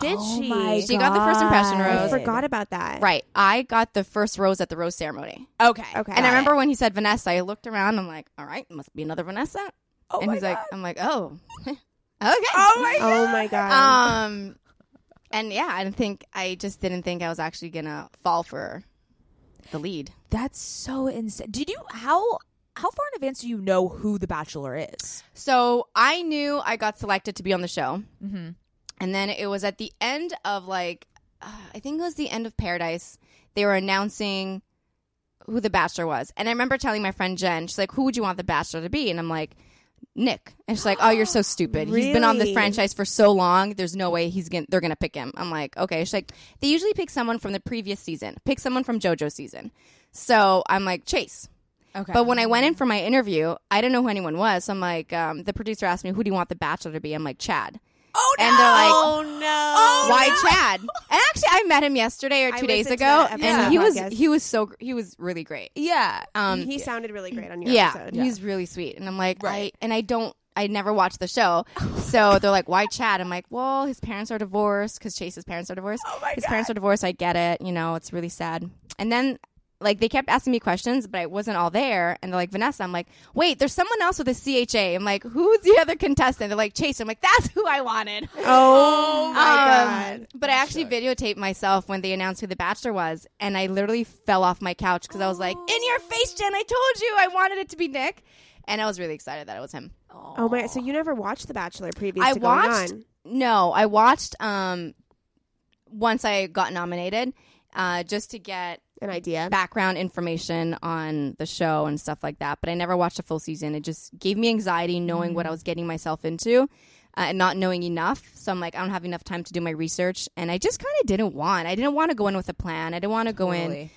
S2: Did
S1: Oh
S2: she?
S1: my
S3: She got the first impression
S1: God.
S2: I
S3: rose.
S2: forgot about that.
S3: Right, I got the first rose at the rose ceremony,
S1: Okay.
S2: Okay.
S3: and I remember when he said Vanessa. I looked around. I'm like, all right, must be another Vanessa.
S1: Oh
S3: and
S1: my
S3: he's like,
S1: God.
S3: I'm like, oh, okay. Oh
S1: "Oh my god."
S2: Oh my god.
S3: Um, and yeah, I didn't think I just didn't think I was actually gonna fall for the lead.
S1: That's so insane. Did you how how far in advance do you know who the Bachelor is?
S3: So I knew I got selected to be on the show,
S1: Mm-hmm.
S3: and then it was at the end of like uh, I think it was the end of Paradise. They were announcing who the Bachelor was, and I remember telling my friend Jen, she's like, "Who would you want the Bachelor to be?" And I'm like, Nick. And she's like, Oh, you're so stupid. He's been on the
S2: Really?
S3: franchise for so long. There's no way he's going to they're gonna pick him. I'm like, okay. She's like, they usually pick someone from the previous season. Pick someone from JoJo season. So I'm like, Chase.
S1: Okay.
S3: But when I went in for my interview, I didn't know who anyone was. So I'm like, um, the producer asked me, Who do you want the bachelor to be? I'm like, Chad.
S1: oh
S3: And they're like,
S2: Oh, no.
S3: why Chad? And actually, I met him yesterday or
S2: I
S3: two days
S2: listened to
S3: ago,
S2: that episode
S3: and he was
S2: podcast.
S3: he was so gr- he was really great.
S1: yeah.
S3: Um,
S2: he sounded really great on your
S3: yeah,
S2: episode.
S3: he's really sweet, and I'm like,
S1: Right.
S3: I and I don't. I never watched the show, so they're like, "Why Chad?" I'm like, "Well, his parents are divorced because Chase's parents are divorced. his parents are divorced. I get it. You know, it's really sad." And then, like, they kept asking me questions, but I wasn't all there. And they're like, "Vanessa," I'm like, "Wait, there's someone else with a CHA." I'm like, "Who's the other contestant?" They're like, "Chase." I'm like, "That's who I wanted."
S2: Oh, my
S3: Um,
S2: god.
S3: But I actually videotaped myself when they announced who the bachelor was, and I literally fell off my couch because I was like, "In your face, Jen! I told you I wanted it to be Nick," and I was really excited that it was him.
S2: Oh my! So you never watched The Bachelor previous
S3: I
S2: to going
S3: watched-
S2: on?
S3: No, I watched um once I got nominated, uh, just to get
S2: An idea.
S3: background information on the show and stuff like that. But I never watched a full season. It just gave me anxiety knowing what I was getting myself into. Uh, and not knowing enough, so I'm like, I don't have enough time to do my research, and I just kind of didn't want. I didn't want to go in with a plan. I didn't want to go
S1: Totally.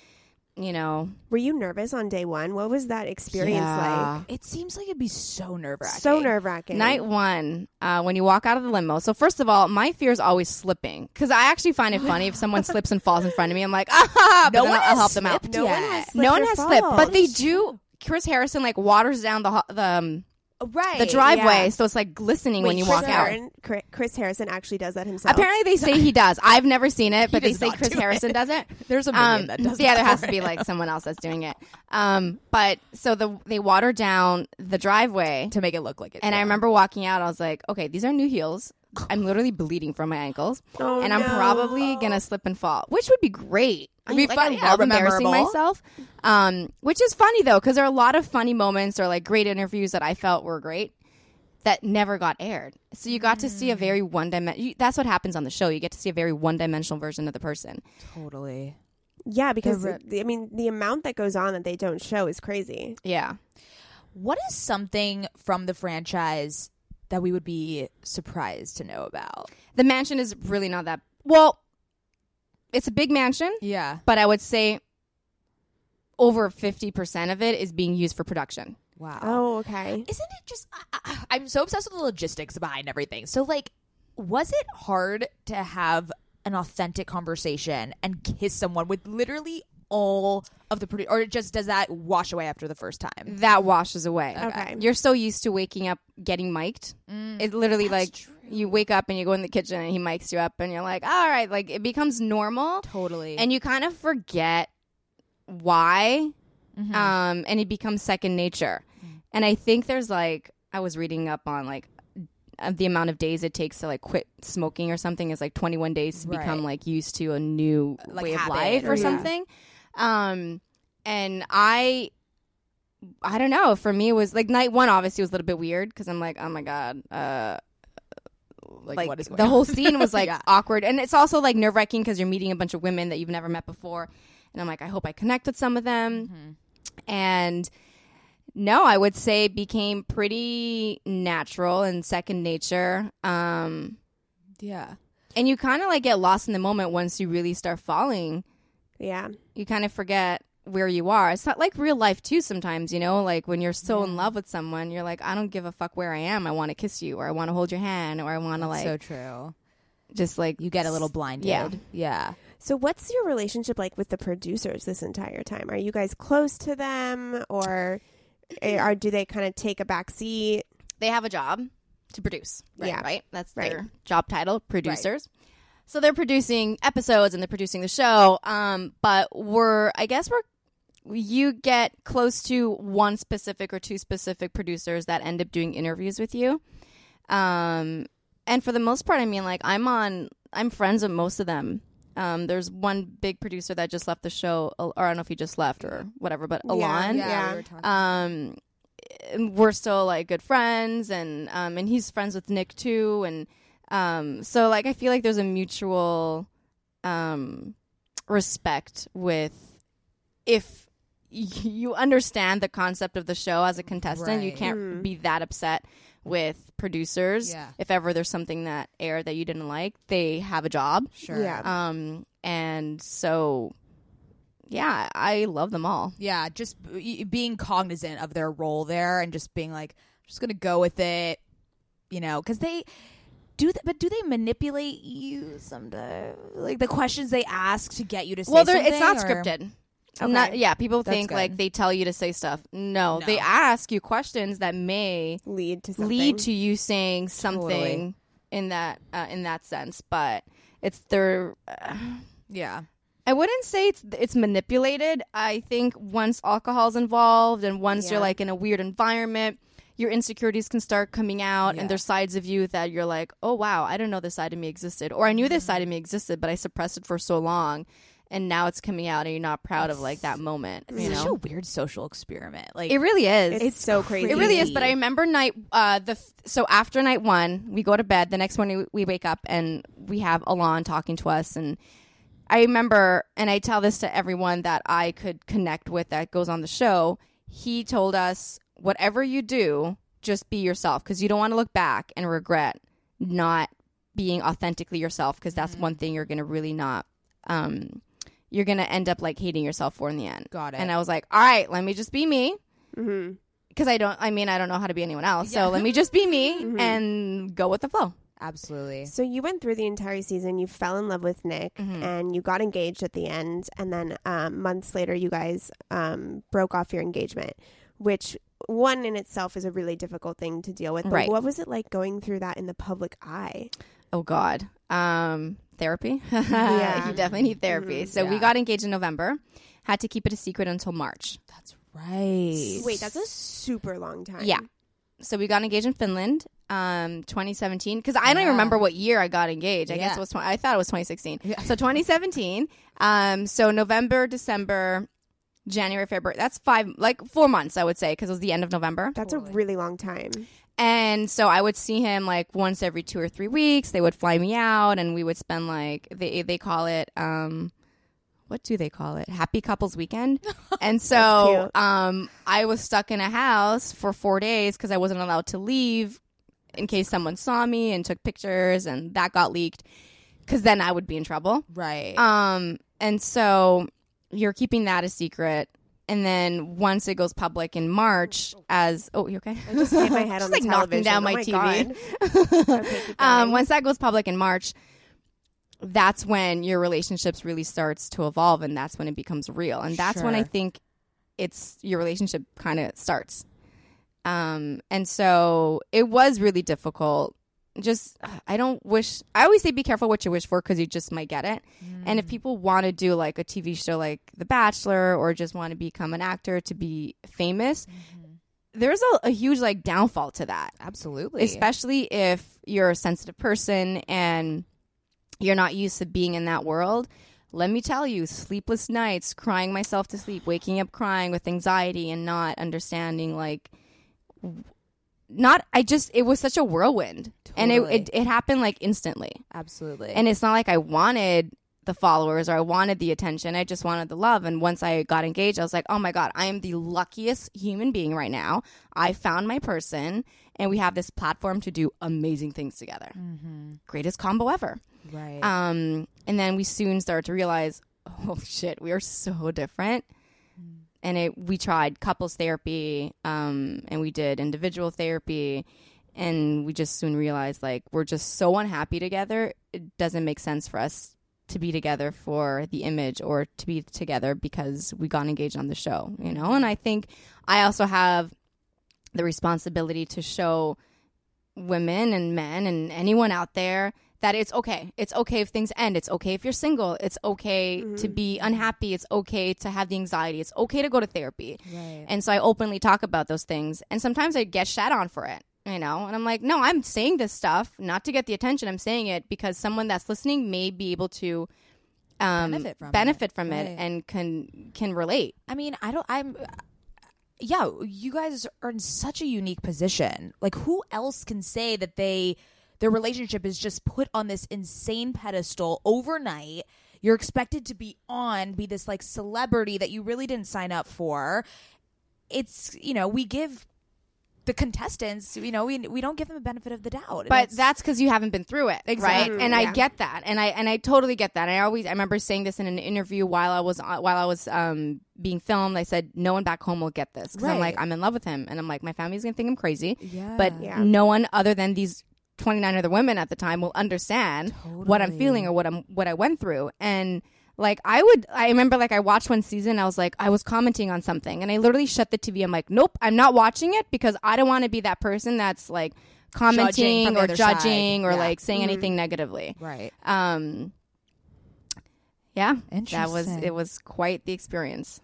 S3: in, you know.
S2: Were you nervous on day one? What was that experience
S3: Yeah.
S1: It seems like it'd be so nerve
S2: like?
S1: wracking.
S2: So nerve wracking.
S3: Night one, uh, when you walk out of the limo. So first of all, my fear is always slipping because I actually find it funny if someone slips and falls in front of me. I'm like, ah, but
S1: No
S3: then
S1: one
S3: I'll, I'll
S1: has
S3: help them out.
S1: slipped
S2: No one
S1: yet.
S2: has slipped
S3: no one
S2: or
S3: has slipped, but they
S2: fallen.
S3: do. Chris Harrison like waters down the ho- the um,
S1: Right.
S3: the driveway, so it's like glistening when
S2: Wait,
S3: you
S2: Chris
S3: walk out.
S2: Harrison- Chri- Chris Harrison actually does that himself.
S3: Apparently, they say he does. I've never seen it, but they
S1: does
S3: say
S1: not
S3: Chris
S1: do it.
S3: Harrison does it.
S1: There's a million
S3: Um,
S1: that does
S3: yeah,
S1: that
S3: there has
S1: for
S3: to be
S1: him.
S3: like someone else that's doing it. Um, but so the they water down the driveway,
S1: to make it look like it.
S3: and I remember walking out. I was like, okay, these are new heels. I'm literally bleeding from my ankles,
S2: Oh,
S3: and I'm
S2: no.
S3: probably gonna slip and fall, which would be great.
S1: It'd be
S3: I- like,
S1: fun.
S3: I
S1: Love
S3: love embarrassing
S1: memorable.
S3: myself, um, which is funny though, because there are a lot of funny moments or like great interviews that I felt were great that never got aired. So you got to see a very one dimensional. That's what happens on the show. You get to see a very one dimensional version of the person.
S1: totally.
S2: yeah, because
S1: The
S2: I mean, the amount that goes on that they don't show is crazy.
S3: Yeah,
S1: What is something from the franchise that we would be surprised to know about?
S3: the mansion is really not that well. It's a big mansion.
S1: Yeah.
S3: but I would say over 50% of it is being used for production.
S1: Wow.
S2: Oh, okay.
S1: Um, Isn't it just? I, I, I'm so obsessed with the logistics behind everything. So, like, was it hard to have an authentic conversation and kiss someone with literally all of the produ- or just does that wash away after the first time?
S3: That washes away.
S2: Okay.
S3: You're so used to waking up getting mic'd. It literally like you wake up and you go in the kitchen and he mics you up and you're like, "All right, like it becomes normal."
S1: Totally.
S3: And you kind of forget why
S1: Mm-hmm.
S3: um and it becomes second nature. And I think there's like I was reading up on like uh, the amount of days it takes to like quit smoking or something is like 21 days to become
S1: Right.
S3: like used to a new
S1: like,
S3: way of
S1: habit
S3: life or
S1: or-
S2: Yeah.
S3: something. Um, and I, I don't know. For me, it was like night one. Obviously, was a little bit weird because I'm like, oh my god, uh,
S1: like,
S3: like,
S1: what is going
S3: the
S1: on?
S3: whole scene was like
S1: Yeah.
S3: awkward, and it's also like nerve wracking because you're meeting a bunch of women that you've never met before, and I'm like, I hope I connect with some of them,
S1: Mm-hmm.
S3: and. No, I would say it became pretty natural and second nature. Um,
S1: yeah.
S3: and you kind of like get lost in the moment once you really start falling.
S2: Yeah.
S3: You kind of forget where you are. It's not like real life too sometimes, you know, like when you're so in love with someone, you're like I don't give a fuck where I am. I want to kiss you or I want to hold your hand or I want to like
S1: so true.
S3: just like
S1: You get a little blinded.
S3: Yeah.
S1: Yeah.
S2: So, what's your relationship like with the producers this entire time? Are you guys close to them, or, or do they kind of take a back seat?
S3: they have a job to produce. Right,
S2: Yeah.
S3: Right. That's
S2: Right.
S3: their job title, producers. So they're producing episodes and they're producing the show. Um, but we're, I guess we're, you get close to one specific or two specific producers that end up doing interviews with you. Um, and for the most part, I mean, like I'm on, I'm friends with most of them. Um, there's one big producer that just left the show, uh, or I don't know if he just left or whatever, but Alon
S2: Yeah, Yeah. we were
S3: um we're still like good friends and um and he's friends with Nick too and um so like I feel like there's a mutual um respect with if you understand the concept of the show as a contestant. You
S1: Right.
S3: can't be that upset with producers.
S1: Yeah.
S3: If ever there's something that aired that you didn't like, they have a job.
S1: Sure.
S2: Yeah.
S3: Um, and so, yeah, I love them all.
S1: Yeah, just b- being cognizant of their role there and just being like, just gonna go with it, you know, because they do. Th- but do they manipulate you sometimes? Like the questions they ask to get you to say
S3: well, they're- it's
S1: something,
S3: not
S1: or-
S3: scripted. Not, yeah, people
S1: That's
S3: think like
S1: good.
S3: they tell you to say stuff. No,
S1: No.
S3: they ask you questions that may
S2: lead to something.
S3: lead to you saying something
S1: Totally.
S3: in that uh, in that sense. But it's uh, their.
S1: Yeah,
S3: I wouldn't say it's it's manipulated. I think once alcohol's involved and once
S2: Yeah.
S3: you're like in a weird environment, your insecurities can start coming out
S1: Yeah.
S3: and there's sides of you that you're like, "Oh wow, I didn't know this side of me existed." Or I knew this
S1: Mm-hmm.
S3: side of me existed, but I suppressed it for so long and now it's coming out and you're not proud of like that moment, you
S1: such a
S3: know.
S1: weird social experiment. Like
S3: It really is.
S2: It's, so crazy.
S3: It really is. But I remember night uh, the f- so after night one, we go to bed. The next morning, we wake up and we have Alon talking to us. And I remember, and I tell this to everyone that I could connect with that goes on the show. He told us, whatever you do, just be yourself because you don't want to look back and regret not being authentically yourself because that's one thing you're going to really not. Um, you're going to end up like hating yourself for in the end.
S1: got it.
S3: And I was like, all right, let me just be me
S2: hmm
S3: because I don't. I mean, I don't know how to be anyone else.
S1: Yeah. Mm-hmm.
S3: So let me just be me
S2: Mhm.
S3: and go with the flow.
S1: Absolutely.
S2: So you went through the entire season. You fell in love with Nick,
S3: Mhm.
S2: and you got engaged at the end. And then um, months later, you guys um, broke off your engagement, which one in itself is a really difficult thing to deal with. But
S3: Right.
S2: What was it like going through that in the public eye?
S3: Oh God, um, therapy.
S2: Yeah.
S3: you definitely need therapy. So
S1: Mm-hmm. Yeah.
S3: we got engaged in November. Had to keep it a secret until March.
S1: That's right.
S2: Wait, that's a super long time.
S3: Yeah. So we got engaged in Finland, um, 2017. Because I don't
S1: Yeah.
S3: even remember what year I got engaged. I guess
S1: Yeah.
S3: it was. Tw- I thought it was 2016.
S1: Yeah.
S3: So 2017. Um, so November, December, January, February. That's five, like four months, I would say, because it was the end of November.
S2: That's
S1: Totally.
S2: a really long time.
S3: And so I would see him like once every two or three weeks. They would fly me out, and we would spend like they they call it um, what do they call it? Happy couples weekend. and so
S2: cute.
S3: um, I was stuck in a house for four days because I wasn't allowed to leave in case someone saw me and took pictures, and that got leaked. Because then I would be in trouble.
S1: Right.
S3: Um, and so you're keeping that a secret. And then once it goes public in March, as oh, you okay?
S2: I just hit my head on the
S3: Just, like, knocking
S2: television.
S3: down
S2: Oh
S3: my TV.
S2: God. Okay, keep
S3: um,
S2: going.
S3: once that goes public in March, that's when your relationships really starts to evolve, and that's when it becomes real, and that's when I
S1: Sure.
S3: think it's your relationship kind of starts. Um, and so it was really difficult. Just I don't wish. I always say be careful what you wish for because you just might get it. And if people want to do like a TV show like The Bachelor or just want to become an actor to be famous, there's a, a huge like downfall to that
S1: Absolutely.
S3: especially if you're a sensitive person and you're not used to being in that world. Let me tell you, sleepless nights, crying myself to sleep, waking up crying with anxiety and not understanding like w- not I just it was such a whirlwind. And
S1: Totally.
S3: it, it it happened like instantly.
S1: Absolutely.
S3: And it's not like I wanted the followers or I wanted the attention. I just wanted the love. And once I got engaged, I was like, oh my God, I am the luckiest human being right now. I found my person and we have this platform to do amazing things together. Greatest combo ever.
S1: right.
S3: Um, and then we soon started to realize, oh shit, we are so different. And it, we tried couples therapy, um, and we did individual therapy, and we just soon realized like we're just so unhappy together. It doesn't make sense for us to be together for the image or to be together because we got engaged on the show, you know. And I think I also have the responsibility to show women and men and anyone out there that it's okay. It's okay if things end. It's okay if you're single. It's okay to be unhappy. It's okay to have the anxiety. It's okay to go to therapy.
S1: right.
S3: And so I openly talk about those things. And sometimes I get shat on for it, you know? And I'm like, no, I'm saying this stuff not to get the attention. I'm saying it because someone that's listening may be able to um,
S1: Benefit from it.
S3: benefit from it
S1: Right.
S3: and can can relate.
S1: I mean, I don't. I'm. Yeah, you guys are in such a unique position. Like, who else can say that they their relationship is just put on this insane pedestal overnight? You're expected to be on, be this like celebrity that you really didn't sign up for. It's, you know, we give the contestants, you know, we, we don't give them the benefit of the doubt. And
S3: But
S1: it's-
S3: that's because you haven't been through it,
S1: Exactly.
S3: right? And
S2: Yeah.
S3: I get that, and I and I totally get that. I always I remember saying this in an interview while I was on, while I was um, being filmed. I said, "No one back home will get this." 'Cause I'm
S1: Right.
S3: like, I'm in love with him, and I'm like, my family's gonna think I'm crazy,
S1: yeah.
S3: but
S2: Yeah.
S3: no one other than these 29 other women at the time will understand what I'm
S1: Totally.
S3: feeling or what I'm what I went through. And like I would, I remember like I watched one season. I was like, I was commenting on something, and I literally shut the TV. I'm like, nope, I'm not watching it because I don't want to be that person that's like
S1: Judging from
S3: commenting
S1: the
S3: or
S1: other side.
S3: judging or
S1: Yeah.
S3: like saying anything negatively.
S1: Right.
S3: Um, yeah, that was
S1: Interesting.
S3: it was quite the experience.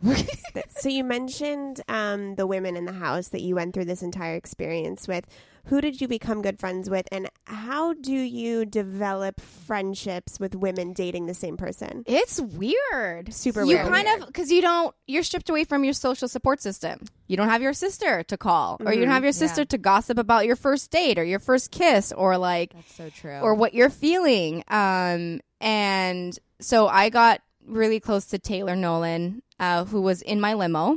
S2: So you mentioned um, the women in the house that you went through this entire experience with. Who did you become good friends with, and how do you develop friendships with women dating the same person?
S3: It's weird.
S2: Super
S3: you
S2: weird.
S3: kind of because you don't you're stripped away from your social support system. You don't have your sister to call, or you don't have your sister to gossip about your first date or your first kiss, or like
S1: That's so true.
S3: or what you're feeling. Um, and so I got really close to Taylor Nolan, uh, who was in my limo.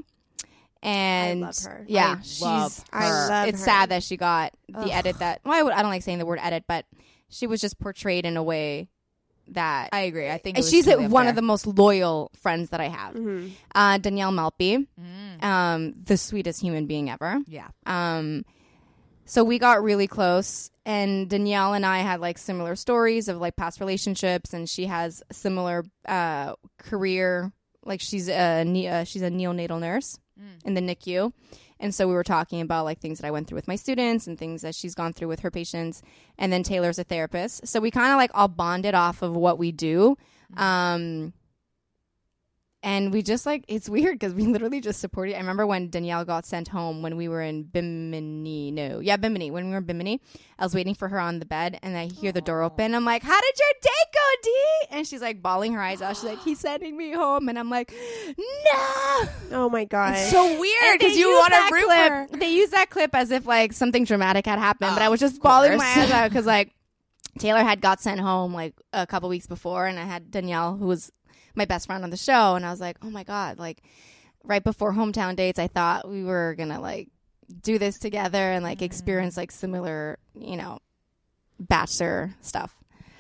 S3: And
S2: love her.
S3: yeah,
S1: I
S3: she's
S1: love
S2: I
S1: her.
S2: love
S3: it's
S2: her.
S3: sad that she got the edit that. Well, I, would, I don't like saying the word edit, but she was just portrayed in a way that
S1: I agree. I think it
S3: and
S1: was
S3: she's
S1: totally Mm-hmm.
S3: uh,
S1: up
S3: one
S1: there.
S3: of the most loyal friends that I have. Uh, Danielle Malpe,
S1: Mm.
S3: um, the sweetest human being ever.
S1: Yeah.
S3: Um, so we got really close, and Danielle and I had like similar stories of like past relationships, and she has similar uh, career. Like she's a ne- uh, she's a neonatal nurse in the NICU, and so we were talking about like things that I went through with my students and things that she's gone through with her patients. And then Taylor's a therapist, so we kind of like all bonded off of what we do. Um, and we just like it's weird because we literally just supported. I remember when Danielle got sent home when we were in Bimini. No, yeah, Bimini. When we were in Bimini, I was waiting for her on the bed, and I hear the door open. I'm like, "How did your day go, D?" And she's like bawling her eyes out. She's like, "He's sending me home," and I'm like, "No."
S2: Oh my god!
S1: So weird
S3: And they
S1: because you
S3: used
S1: want
S3: that
S1: to root
S3: clip.
S1: for.
S3: They use that clip as if like something dramatic had happened, but
S1: Oh,
S3: I was just
S1: of
S3: bawling my
S1: course.
S3: eyes out because like Taylor had got sent home like a couple weeks before, and I had Danielle who was my best friend on the show, and I was like, oh my god, like right before hometown dates, I thought we were gonna like do this together and like
S1: Mm.
S3: experience like similar, you know, bachelor stuff.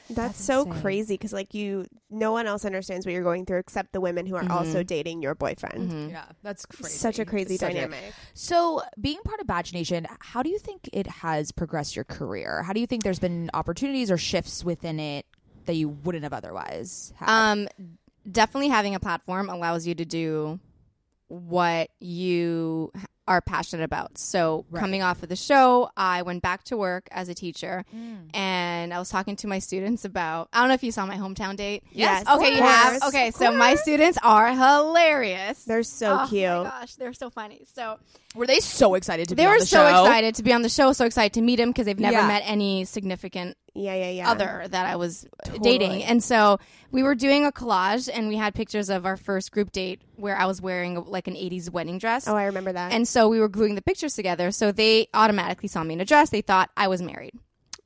S2: That's,
S1: That's
S2: so
S1: insane.
S2: crazy because like you, no one else understands what you're going through except the women
S3: Mm-hmm.
S2: who are also dating your boyfriend.
S1: Yeah, that's crazy.
S2: Such a crazy
S1: Mm-hmm. Such a-
S2: dynamic.
S1: So, being part of Badge Nation, how do you think it has progressed your career? How do you think there's been opportunities or shifts within it that you wouldn't have otherwise had?
S3: Um, definitely having a platform allows you to do what you h- are passionate about. So
S1: Right.
S3: coming off of the show, I went back to work as a teacher,
S2: Mm.
S3: and I was talking to my students about. I don't know if you saw my hometown date.
S2: Yes, of
S3: Okay, you
S2: course,
S3: have.
S2: of
S3: Okay, so my students are hilarious.
S2: They're so
S3: oh
S2: cute.
S3: my gosh, they're so funny. So
S1: were they so excited to
S3: they
S1: be on
S3: were
S1: the
S3: so
S1: show?
S3: excited to be on the show, so excited to meet him because they've never
S1: Yeah.
S3: met any significant
S2: Yeah, yeah, yeah.
S3: other that I was uh, dating. And so we were doing a collage and we had pictures of our first group date where I was wearing like an 80s wedding dress.
S2: Oh, I remember that.
S3: and so we were gluing the pictures together. So they automatically saw me in a dress. They thought I was married.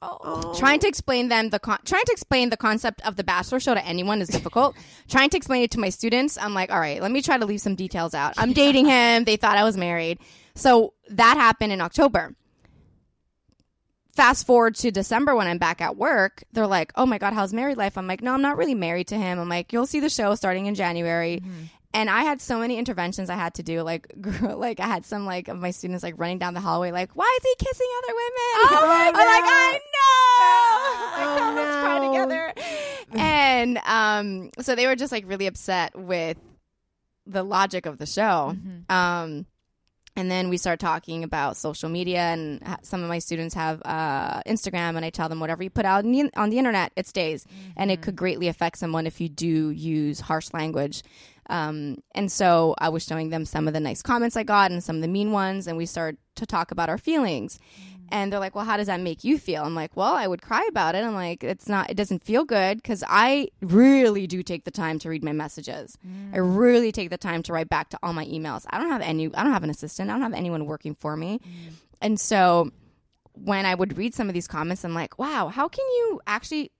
S2: oh,
S3: Trying to explain them the con- trying to explain the concept of the bachelor show to anyone is difficult. trying to explain it to my students, I'm like, all right, let me try to leave some details out. I'm dating him. They thought I was married. So that happened in October. Fast forward to December when I'm back at work, they're like, "Oh my god, how's married life?" I'm like, "No, I'm not really married to him." I'm like, "You'll see the show starting in January." And I had so many interventions I had to do, like, like I had some like of my students like running down the hallway, like, "Why is he kissing other women?" I'm like, "I know." Like,
S2: Oh,
S3: let's cry
S2: no.
S3: together. and um, so they were just like really upset with the logic of the show.
S2: Mm-hmm.
S3: Um, and then we start talking about social media, and ha- some of my students have uh, Instagram, and I tell them whatever you put out on the, on the internet, it stays, and it could
S2: Mm-hmm.
S3: greatly affect someone if you do use harsh language. Um, and so I was showing them some of the nice comments I got and some of the mean ones, and we started to talk about our feelings. And they're like, "Well, how does that make you feel?" I'm like, "Well, I would cry about it." I'm like, "It's not. It doesn't feel good because I really do take the time to read my messages. I really take the time to write back to all my emails. I don't have any. I don't have an assistant. I don't have anyone working for me. And so, when I would read some of these comments, I'm like, "Wow, how can you actually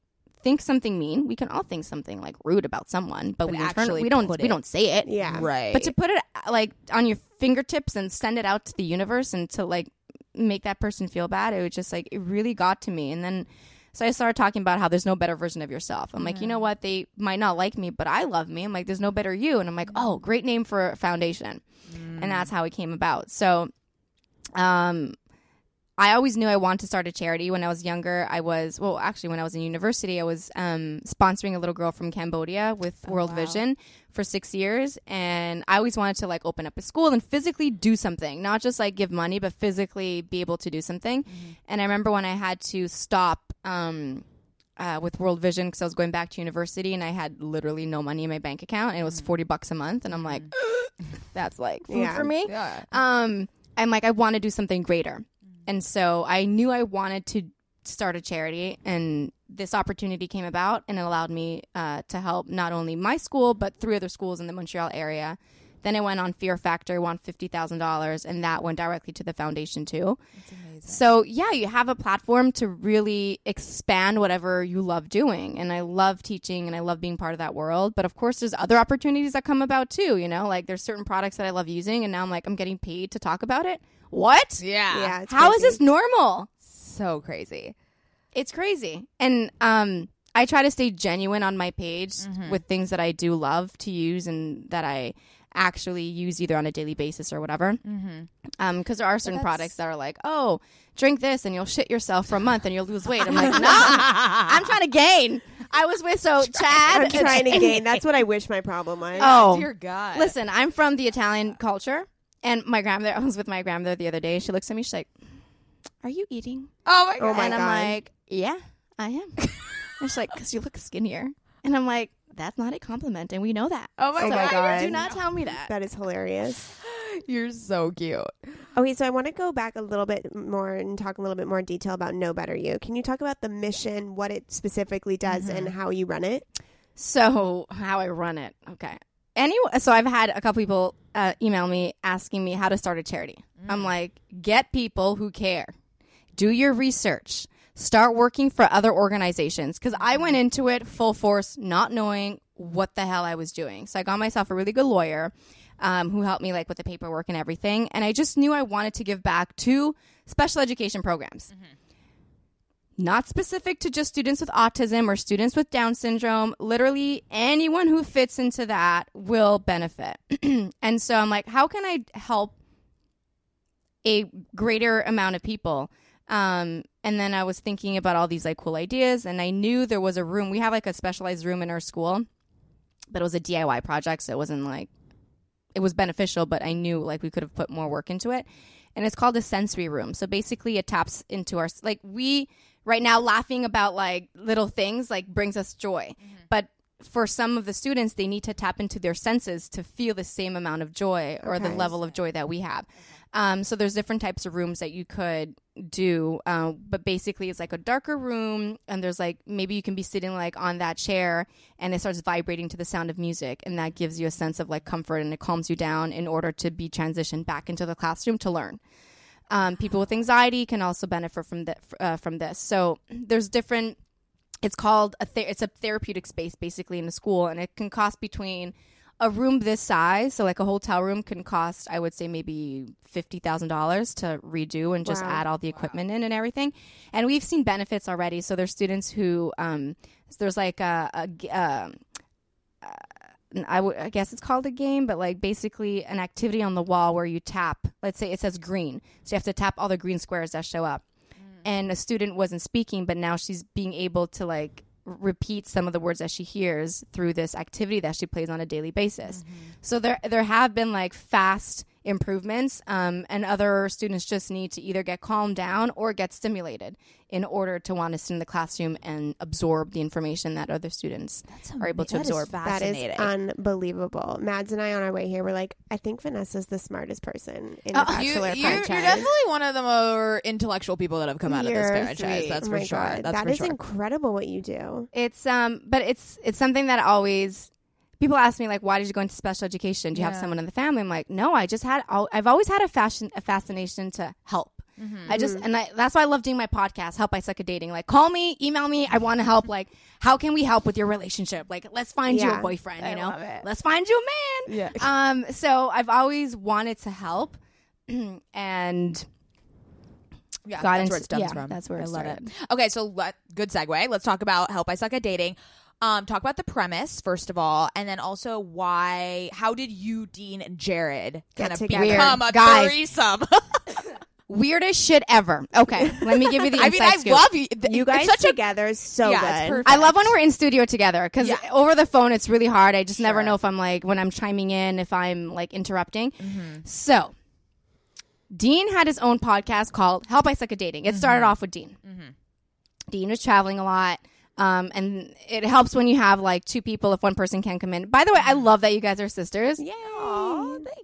S3: think something mean. We can all think something like rude about someone, but, we
S1: actually
S3: actually we don't
S1: put
S3: we
S1: it-
S3: don't say it.
S2: Yeah.
S1: Right.
S3: But to put it like on your fingertips and send it out to the universe and to like make that person feel bad, it was just like it really got to me. And then so I started talking about how there's no better version of yourself. I'm like, you know what? They might not like me, but I love me. I'm like, there's no better you. And I'm like, oh, great name for a foundation. And that's how it came about. So, um, I always knew I wanted to start a charity. When I was younger, I was well, actually, when I was in university, I was um, sponsoring a little girl from Cambodia with World Vision for six years, and I always wanted to like open up a school and physically do something, not just like give money, but physically be able to do something. And I remember when I had to stop. Um, uh, with World Vision, because I was going back to university and I had literally no money in my bank account, and it was forty bucks a month, and I'm like, that's like food
S2: Yeah.
S3: for me
S1: yeah.
S3: um and like i want to do something greater and so i knew i wanted to start a charity and this opportunity came about and it allowed me uh, to help not only my school but three other schools in the montreal area then I went on fear factor won $50000 and that went directly to the foundation too so yeah you have a platform to really expand whatever you love doing and i love teaching and i love being part of that world but of course there's other opportunities that come about too you know like there's certain products that i love using and now i'm like i'm getting paid to talk about it what
S1: Yeah.
S2: Yeah. it's
S3: how is
S2: crazy.
S3: this normal
S1: So crazy.
S3: it's crazy. And um I try to stay genuine on my page with things that I do love to use and that I actually use either on a daily basis or whatever. Mm-hmm. Um, because there are certain products that are like, oh, drink this and you'll shit yourself for a month and you'll lose weight. I'm like, no, I'm trying to gain. I was with so Chad.
S2: I'm trying to gain. That's what I wish my problem was.
S3: Oh,
S1: Dear God.
S3: Listen, I'm from the Italian culture, and my grandmother. I was with my grandmother the other day. She looks at me. She's like, "Are you eating?"
S1: Oh my
S2: Oh
S1: God.
S2: my
S3: and I'm
S2: God.
S3: like, "Yeah, I am." and she's like, "Cause you look skinnier." And I'm like, "That's not a compliment, and we know that."
S1: Oh my,
S2: Oh my
S1: God.
S2: God.
S3: Do not tell me that.
S2: That is hilarious.
S1: You're so cute.
S2: Okay, so I want to go back a little bit more and talk a little bit more detail about Know Better You. Can you talk about the mission, what it specifically does, and how you run it?
S3: So how I run it? Okay. Anyway, so I've had a couple people uh, email me asking me how to start a charity. I'm like, get people who care. Do your research. Start working for other organizations because I went into it full force, not knowing what the hell I was doing. So I got myself a really good lawyer um, who helped me like with the paperwork and everything. And I just knew I wanted to give back to special education programs not specific to just students with autism or students with Down syndrome. Literally, anyone who fits into that will benefit. and so I'm like, how can I help a greater amount of people? Um, and then I was thinking about all these like cool ideas, and I knew there was a room. We have like a specialized room in our school, but it was a DIY project, so it wasn't like it was beneficial, but I knew like we could have put more work into it. And it's called a sensory room. So basically, it taps into our like we right now laughing about like little things like brings us joy, but for some of the students, they need to tap into their senses to feel the same amount of joy or the
S2: Okay.
S3: level of joy that we have. Um, so there's different types of rooms that you could do, uh, but basically it's like a darker room, and there's like maybe you can be sitting like on that chair, and it starts vibrating to the sound of music, and that gives you a sense of like comfort, and it calms you down in order to be transitioned back into the classroom to learn. Um, people with anxiety can also benefit from the, uh, from this. So there's different it's called a th- it's a therapeutic space basically in a school and it can cost between a room this size so like a hotel room can cost i would say maybe $50000 to redo and just add all the equipment in and everything and we've seen benefits already so there's students who um, there's like a, a g- um, n- I would- I guess it's called a game, but like basically an activity on the wall where you tap. Let's say it says green, so you have to tap all the green squares that show up.
S2: Mm.
S3: And a student wasn't speaking, but now she's being able to like r- repeat some of the words that she hears through this activity that she plays on a daily basis.
S2: Mm-hmm.
S3: So there there have been like fast improvements, um, and other students just need to either get calmed down or get stimulated in order to want to sit in the classroom and absorb the information that other students are able to absorb.
S2: That is unbelievable. Mads and I on our way here were like, I think Vanessa's the smartest person in the
S1: Uh, you,
S2: Bachelor
S1: Oh, you, are
S2: franchise.
S1: definitely one of the more intellectual people that have come out of this
S2: You're
S1: franchise.
S2: sweet.
S1: That's
S2: Oh
S1: for
S2: my
S1: sure.
S2: God.
S1: That's
S2: That
S1: for
S2: is
S1: sure.
S2: incredible what you do.
S3: It's um, but it's it's something that always people ask me like, why did you go into special education? Do you have someone in the family? I'm like, no, I just had. al- I've always had a fashion a fascination to help. I just
S1: Mm-hmm.
S3: and I, that's why I love doing my podcast, Help I Suck at Dating. Like, call me, email me. I want to help. Like, how can we help with your relationship? Like, let's find you
S2: Yeah.
S3: a boyfriend. You
S1: I
S3: know,
S1: love it.
S3: let's find you a man. Yeah. Um. So I've always wanted to help, and
S1: Yeah,
S3: got
S1: that's
S3: into-
S1: where it stems
S3: yeah,
S1: from.
S3: that's where it
S1: I love
S3: started.
S1: it. Okay, so let, good segue. Let's talk about help. I suck at dating. Um, talk about the premise first of all, and then also why. How did you, Dean, and Jared kind of
S2: together.
S1: become a
S3: Weird. Guys.
S1: threesome?
S3: weirdest shit ever. Okay, let me give you the.
S1: I mean,
S3: inside
S1: I
S3: scoop.
S1: love you. Th-
S2: You
S1: it's
S2: guys
S1: such a
S2: together is so
S1: yeah, it's
S2: good.
S1: perfect.
S3: I love when we're in studio together because
S1: Yeah.
S3: over the phone it's really hard. I just never
S1: Sure.
S3: know if I'm like when I'm chiming in, if I'm like interrupting.
S1: Mm-hmm.
S3: So, Dean had his own podcast called "Help I Suck at Dating." It started
S1: Mm-hmm.
S3: off with Dean. Dean was traveling a lot. Um, and it helps when you have like two people if one person can come in. By the way,
S1: Mm-hmm.
S3: I love that you guys are sisters.
S2: Yay.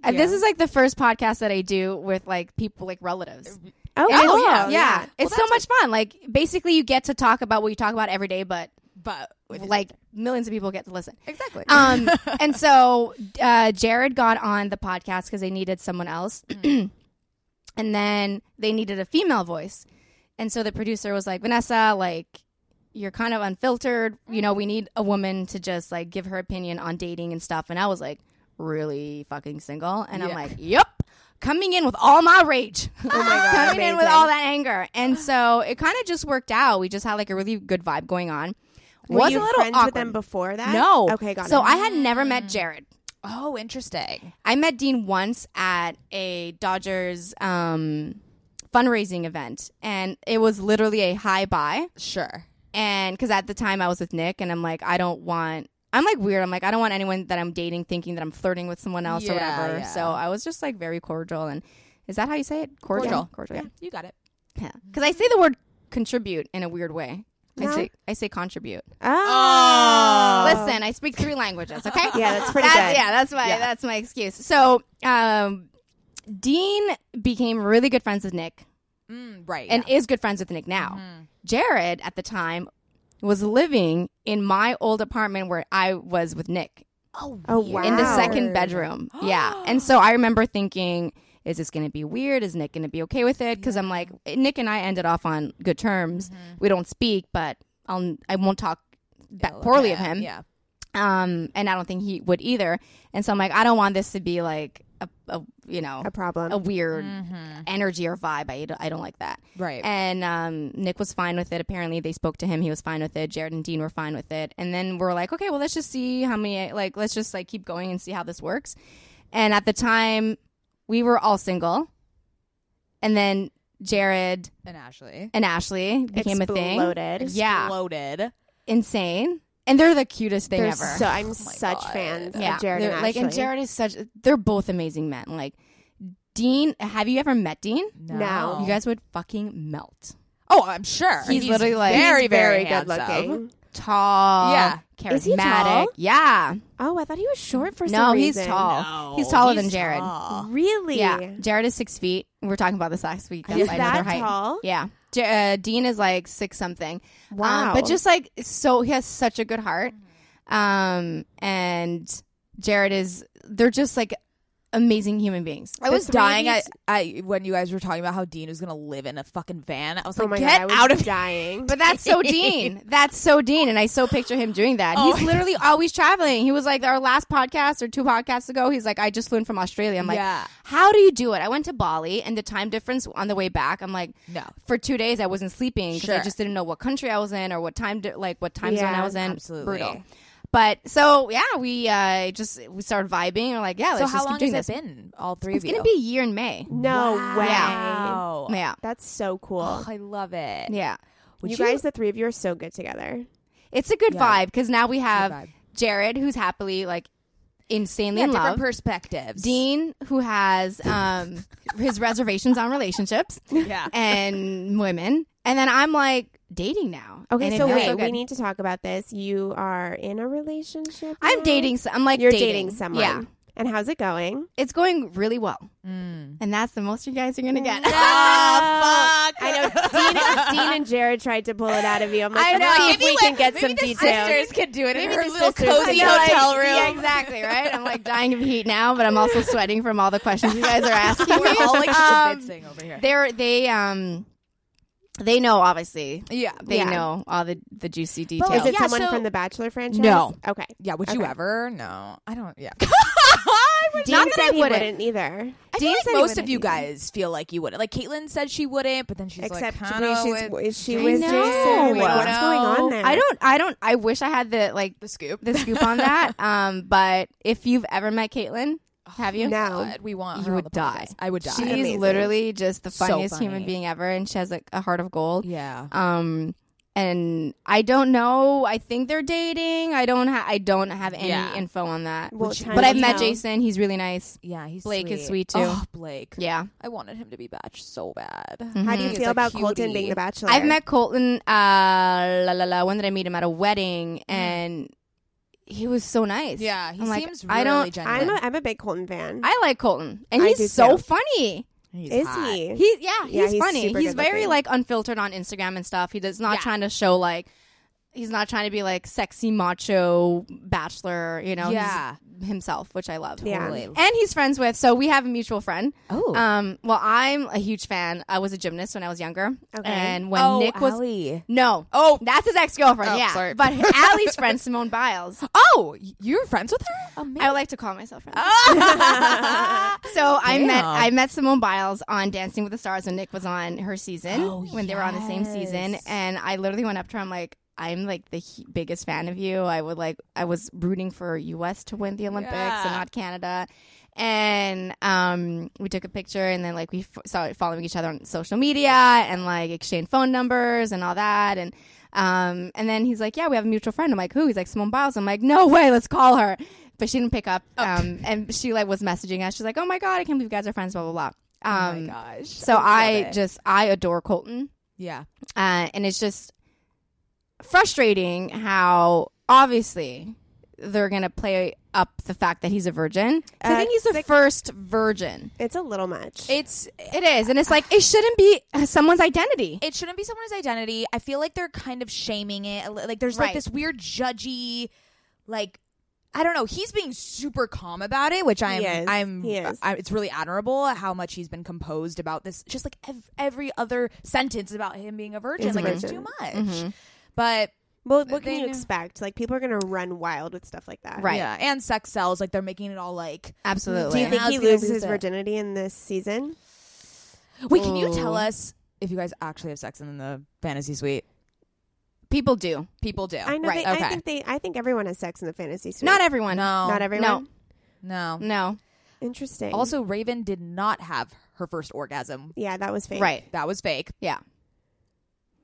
S3: And this is like the first podcast that I do with like people like relatives.
S2: Oh,
S3: Oh,
S2: cool.
S3: yeah, yeah.
S1: yeah.
S3: It's so much fun. Like basically you get to talk about what you talk about every day, but
S1: but with-
S3: like millions of people get to listen.
S1: exactly.
S3: Um, and so uh, Jared got on the podcast because they needed someone else,
S2: Mm.
S3: and then they needed a female voice, and so the producer was like, Vanessa, like you're kind of unfiltered. You know, we need a woman to just like give her opinion on dating and stuff. And I was like, really fucking single, and I'm
S1: Yeah.
S3: like, yep. Coming in with all my rage, oh my
S2: God,
S3: coming in with
S2: amazing.
S3: all that anger, and so it kind of just worked out. We just had like a really good vibe going on.
S2: Were
S3: was
S2: you
S3: a little
S2: friends with
S3: awkward.
S2: them before that?
S3: No.
S2: Okay, got
S3: So
S2: it.
S3: I had never met Jared.
S1: oh, interesting.
S3: I met Dean once at a Dodgers um, fundraising event, and it was literally a high buy.
S1: Sure.
S3: And because at the time I was with Nick, and I'm like, I don't want. I'm like weird. I'm like, I don't want anyone that I'm dating thinking that I'm flirting with someone else
S1: Yeah,
S3: or whatever.
S1: yeah.
S3: So I was just like very cordial. And is that how you say it? Cordial. Cordial.
S1: You got it.
S3: Yeah. Because I say the word contribute in a weird way.
S2: Yeah.
S3: I say I say contribute.
S2: Oh.
S3: Listen, I speak three languages. Okay.
S2: Yeah, that's pretty
S3: That's-
S2: good.
S3: Yeah, that's my
S1: Yeah.
S3: that's my excuse. So um, Dean became really good friends with Nick
S1: Mm, right. Mm-hmm.
S3: and is good friends with Nick now.
S2: Mm-hmm.
S3: Jared at the time was living in my old apartment where I was with Nick
S1: oh,
S2: Oh, wow.
S3: in the
S2: Wow.
S3: second bedroom. yeah, and so I remember thinking. Is this going to be weird? Is Nick going to be okay with it? Because I'm like, Nick and I ended off on good terms.
S2: Mm-hmm.
S3: We don't speak, but I'll I won't talk back poorly of him
S1: Yeah.
S3: um, and I don't think he would either. And so I'm like, I don't want this to be like a, a you know
S2: A problem.
S3: a weird
S1: Mm.
S3: energy or vibe. I don't, I don't like that.
S1: Mm-hmm. Right.
S3: And um, Nick was fine with it. Apparently, they spoke to him. He was fine with it. Jared and Dean were fine with it. And then we're like, okay, well, let's just see how many. Like, let's just like keep going and see how this works. And at the time, we were all single. And then Jared
S1: and Ashley
S3: and Ashley became a thing.
S2: Exploded.
S3: Yeah,
S1: exploded.
S3: insane. And they're the cutest thing
S2: They're
S3: ever
S2: so I'm
S1: my
S2: such
S1: God.
S2: fans
S3: Oh yeah,
S2: of Jared
S3: they're-
S2: and
S3: like
S2: Ashley.
S3: and Jared is such. They're both amazing men. Like Dean, have you ever met Dean?
S2: No.
S3: You guys would fucking melt.
S1: Oh, I'm sure.
S3: He's literally, like-
S1: very,
S2: He's
S1: very,
S2: very good
S1: handsome.
S2: looking.
S3: Tall,
S1: Yeah.
S3: charismatic.
S2: Is he tall?
S3: Yeah,
S2: Oh, I thought he was short for
S3: no,
S2: some
S3: he's
S2: reason.
S3: tall.
S1: No,
S3: he's taller
S1: he's
S3: than Jared.
S1: tall.
S2: Really?
S3: Yeah, Jared is six feet. We were talking about this last week. That's
S2: Is
S3: why I know their
S2: that
S3: height.
S2: tall?
S3: Yeah, J- uh, Dean is like six something. Um,
S2: Wow.
S3: but just like so, he has such a good heart. Um, and Jared is. They're just like amazing human beings.
S1: I was
S2: three
S1: dying
S2: of
S1: at, I when you guys were talking about how Dean was going to live in a fucking van. I was
S2: Oh
S1: like,
S2: my
S1: get
S2: god, I was
S1: out of here.
S2: dying.
S3: But that's so Dean. That's so Dean. And I so picture him doing that.
S1: Oh.
S3: He's literally always traveling. He was like our last podcast or two podcasts ago. He's like, I just flew in from Australia. I'm like,
S1: Yeah.
S3: how do you do it? I went to Bali and the time difference on the way back. I'm like,
S1: No.
S3: For two days, I wasn't sleeping because
S1: Sure.
S3: I just didn't know what country I was in or what time, di- like what time zone
S2: Yeah,
S3: I was in.
S1: absolutely.
S3: Brutal. But so yeah, we uh, just we started vibing. We're like, yeah,
S1: So
S3: let's
S1: how
S3: just
S1: long
S3: keep doing
S1: has it
S3: this.
S1: been? All three
S3: It's
S1: of you.
S3: gonna be a year in May.
S2: no way.
S1: Wow.
S3: Yeah,
S2: That's so cool.
S1: Oh, I love it.
S3: yeah.
S1: Would
S2: you guys, the three of you, are so good together.
S3: It's a good
S1: Yeah.
S3: vibe because now we have
S1: vibe.
S3: Jared, who's happily like insanely
S1: yeah,
S3: in
S1: different
S3: love.
S1: perspectives.
S3: Dean, who has um, his reservations on relationships
S1: Yeah.
S3: and women, and then I'm like dating now.
S2: Okay,
S3: And it
S2: so
S3: feels
S2: wait,
S3: good.
S2: we need to talk about this. You are in a relationship.
S3: I'm
S2: now?
S3: dating. so- I'm like
S2: Mm-hmm. You're dating, someone.
S3: Yeah,
S2: And how's it going?
S3: it's going
S1: Mm.
S3: really well, and that's the most you guys are gonna get.
S1: Ah, fuck.
S2: I know Dean. Christine and Jared tried to pull it out of you. I'm like,
S3: I
S2: let's
S3: know.
S2: see if
S3: Maybe
S2: we
S3: like-
S2: can get
S3: maybe
S2: some
S3: the
S2: details.
S3: sisters could do it in
S1: Maybe
S3: her
S1: the
S3: little
S1: sisters
S3: cozy
S1: could.
S3: hotel
S1: Yeah,
S3: room. Yeah, exactly. Right. I'm like dying of heat now, but I'm also sweating from all the questions you guys are asking.
S1: We're
S3: me.
S1: all like
S3: Um,
S1: schwitzing over here.
S3: They're they um they know obviously
S1: Yeah.
S3: they
S2: Yeah.
S3: know all the the juicy
S1: But,
S3: details.
S1: like,
S2: Is it
S1: Oh, Yeah,
S2: someone
S1: so-
S2: from the Bachelor franchise?
S3: No.
S2: Okay.
S1: Yeah. Would you
S2: Okay.
S1: ever? No. I don't. Yeah. I would
S2: Dean
S1: that
S2: said
S1: I
S2: he
S1: wouldn't.
S2: wouldn't either.
S1: I feel
S3: Dean
S1: like
S3: said he
S1: most of
S3: wouldn't
S1: you
S3: either.
S1: guys feel like you would. Like Caitlin said she wouldn't, but then she's
S2: Except
S1: like,
S2: wait,
S1: kinda
S2: she's,
S1: with
S2: is she
S3: I
S2: with
S3: know.
S2: Jason? Like,
S3: I
S2: what's going on
S1: know.
S2: there?
S3: I don't I don't I wish I had the like
S1: the scoop.
S3: the scoop on that. Um, but if you've ever met Caitlin, have you?
S2: No.
S1: Oh God, we want.
S3: You
S1: her on
S3: would
S1: the
S3: die.
S1: podcast. I would die.
S3: She's
S2: Amazing.
S3: literally just the
S1: So
S3: funniest human
S1: funny.
S3: being ever, and she has like a heart of gold.
S1: yeah.
S3: Um, and I don't know. I think they're dating. I don't. Ha- I don't have any
S1: Yeah.
S3: info on that.
S2: Well,
S1: Would you-
S2: time
S3: but
S2: will
S3: I've met
S2: tell.
S3: Jason. He's really nice.
S1: Yeah. He's
S3: Blake is sweet, too.
S1: Oh, Blake.
S3: Yeah. Mm.
S1: I wanted him to be batch so bad.
S2: How do you
S1: He's
S2: feel
S1: a
S2: about Colton
S1: cutie.
S2: being the Bachelor?
S3: I've met Colton. Uh, la la la. When did I meet him at a wedding? And he was so nice.
S1: Yeah, he
S3: I'm like,
S1: seems really
S3: I don't-
S1: genuine.
S2: I'm a, I'm a big Colton fan.
S3: I like Colton, and
S2: I do
S3: he's so
S2: too.
S3: funny.
S1: He's
S2: Is
S1: hot.
S2: he?
S3: He yeah, he's,
S2: Yeah, he's
S3: funny.
S2: super
S3: He's
S2: good-looking.
S3: very like unfiltered on Instagram and stuff. He does not
S1: Yeah.
S3: trying to show like he's not trying to be like sexy macho bachelor, you know. He's
S1: Yeah.
S3: himself, which I love.
S2: Yeah.
S1: Totally.
S3: And he's friends with, so we have a mutual friend.
S1: Oh.
S3: Um, well, I'm a huge fan. I was a gymnast when I was younger,
S2: Okay.
S3: and when
S1: oh,
S3: Nick was
S1: Allie.
S3: no, oh, that's his ex girlfriend.
S1: Oh,
S3: yeah,
S1: sorry.
S3: but Allie's friend Simone Biles.
S1: Oh, you're friends with her?
S3: I
S1: Amazing.
S3: would like to call myself friends. so I met
S1: Oh, Damn.
S3: I met Simone Biles on Dancing with the Stars when Nick was on her season
S1: Oh,
S3: when they were on the same season,
S1: yes.
S3: and I literally went up to her. I'm like, I'm like the hu- biggest fan of you. I would like I was rooting for U.S. to win the Olympics
S1: Yeah.
S3: and not Canada. And um, we took a picture, and then like we f- started following each other on social media, and like exchanged phone numbers and all that, and um, and then he's like, "Yeah, we have a mutual friend." I'm like, "Who?" He's like, "Simone Biles." I'm like, "No way, let's call her." But she didn't pick up.
S1: Oh.
S3: Um, and she like was messaging us. She's like, "Oh my god, I can't believe you guys are friends." Blah blah blah. Um,
S1: oh my gosh.
S3: so
S1: love
S3: I
S1: it.
S3: just I adore Colton,
S1: yeah.
S3: uh, and it's just frustrating how obviously they're gonna play up the fact that he's a virgin. 'Cause I
S2: Uh,
S3: think he's the
S2: six-
S3: first virgin.
S2: It's a little much.
S1: It's
S3: It is, and it's like it shouldn't be someone's identity.
S1: it shouldn't be someone's identity. I feel like they're kind of shaming it. Like there's like
S3: Right.
S1: this weird judgy, like I don't know. He's being super calm about it, which I'm.
S2: He is.
S1: I'm.
S2: He is.
S1: I, it's really admirable how much he's been composed about this. Just like ev- every other sentence about him being a virgin,
S2: He's a
S1: like it's
S2: virgin.
S1: too much. But
S2: well, what
S1: they
S2: can you
S1: knew.
S2: expect? Like people are gonna run wild with stuff like that.
S3: Right.
S1: yeah, and sex sells. Like they're making it all like.
S2: Do
S3: Absolutely.
S2: you
S1: Now
S2: think
S1: he's
S2: he
S1: gonna
S2: loses
S1: lose
S2: his
S1: it.
S2: virginity in this season?
S1: Wait, can you
S3: Ooh.
S1: tell us if you guys actually have sex in the fantasy suite?
S3: People do.
S1: People do.
S2: I know. They,
S3: right,
S2: I
S1: okay.
S2: think they. I think everyone has sex in the fantasy suite.
S3: Not everyone.
S1: No.
S2: Not everyone.
S1: No.
S3: No.
S2: Interesting.
S1: Also, Raven did not have her first orgasm.
S2: yeah, that was fake.
S3: Right.
S1: That was fake.
S3: Yeah.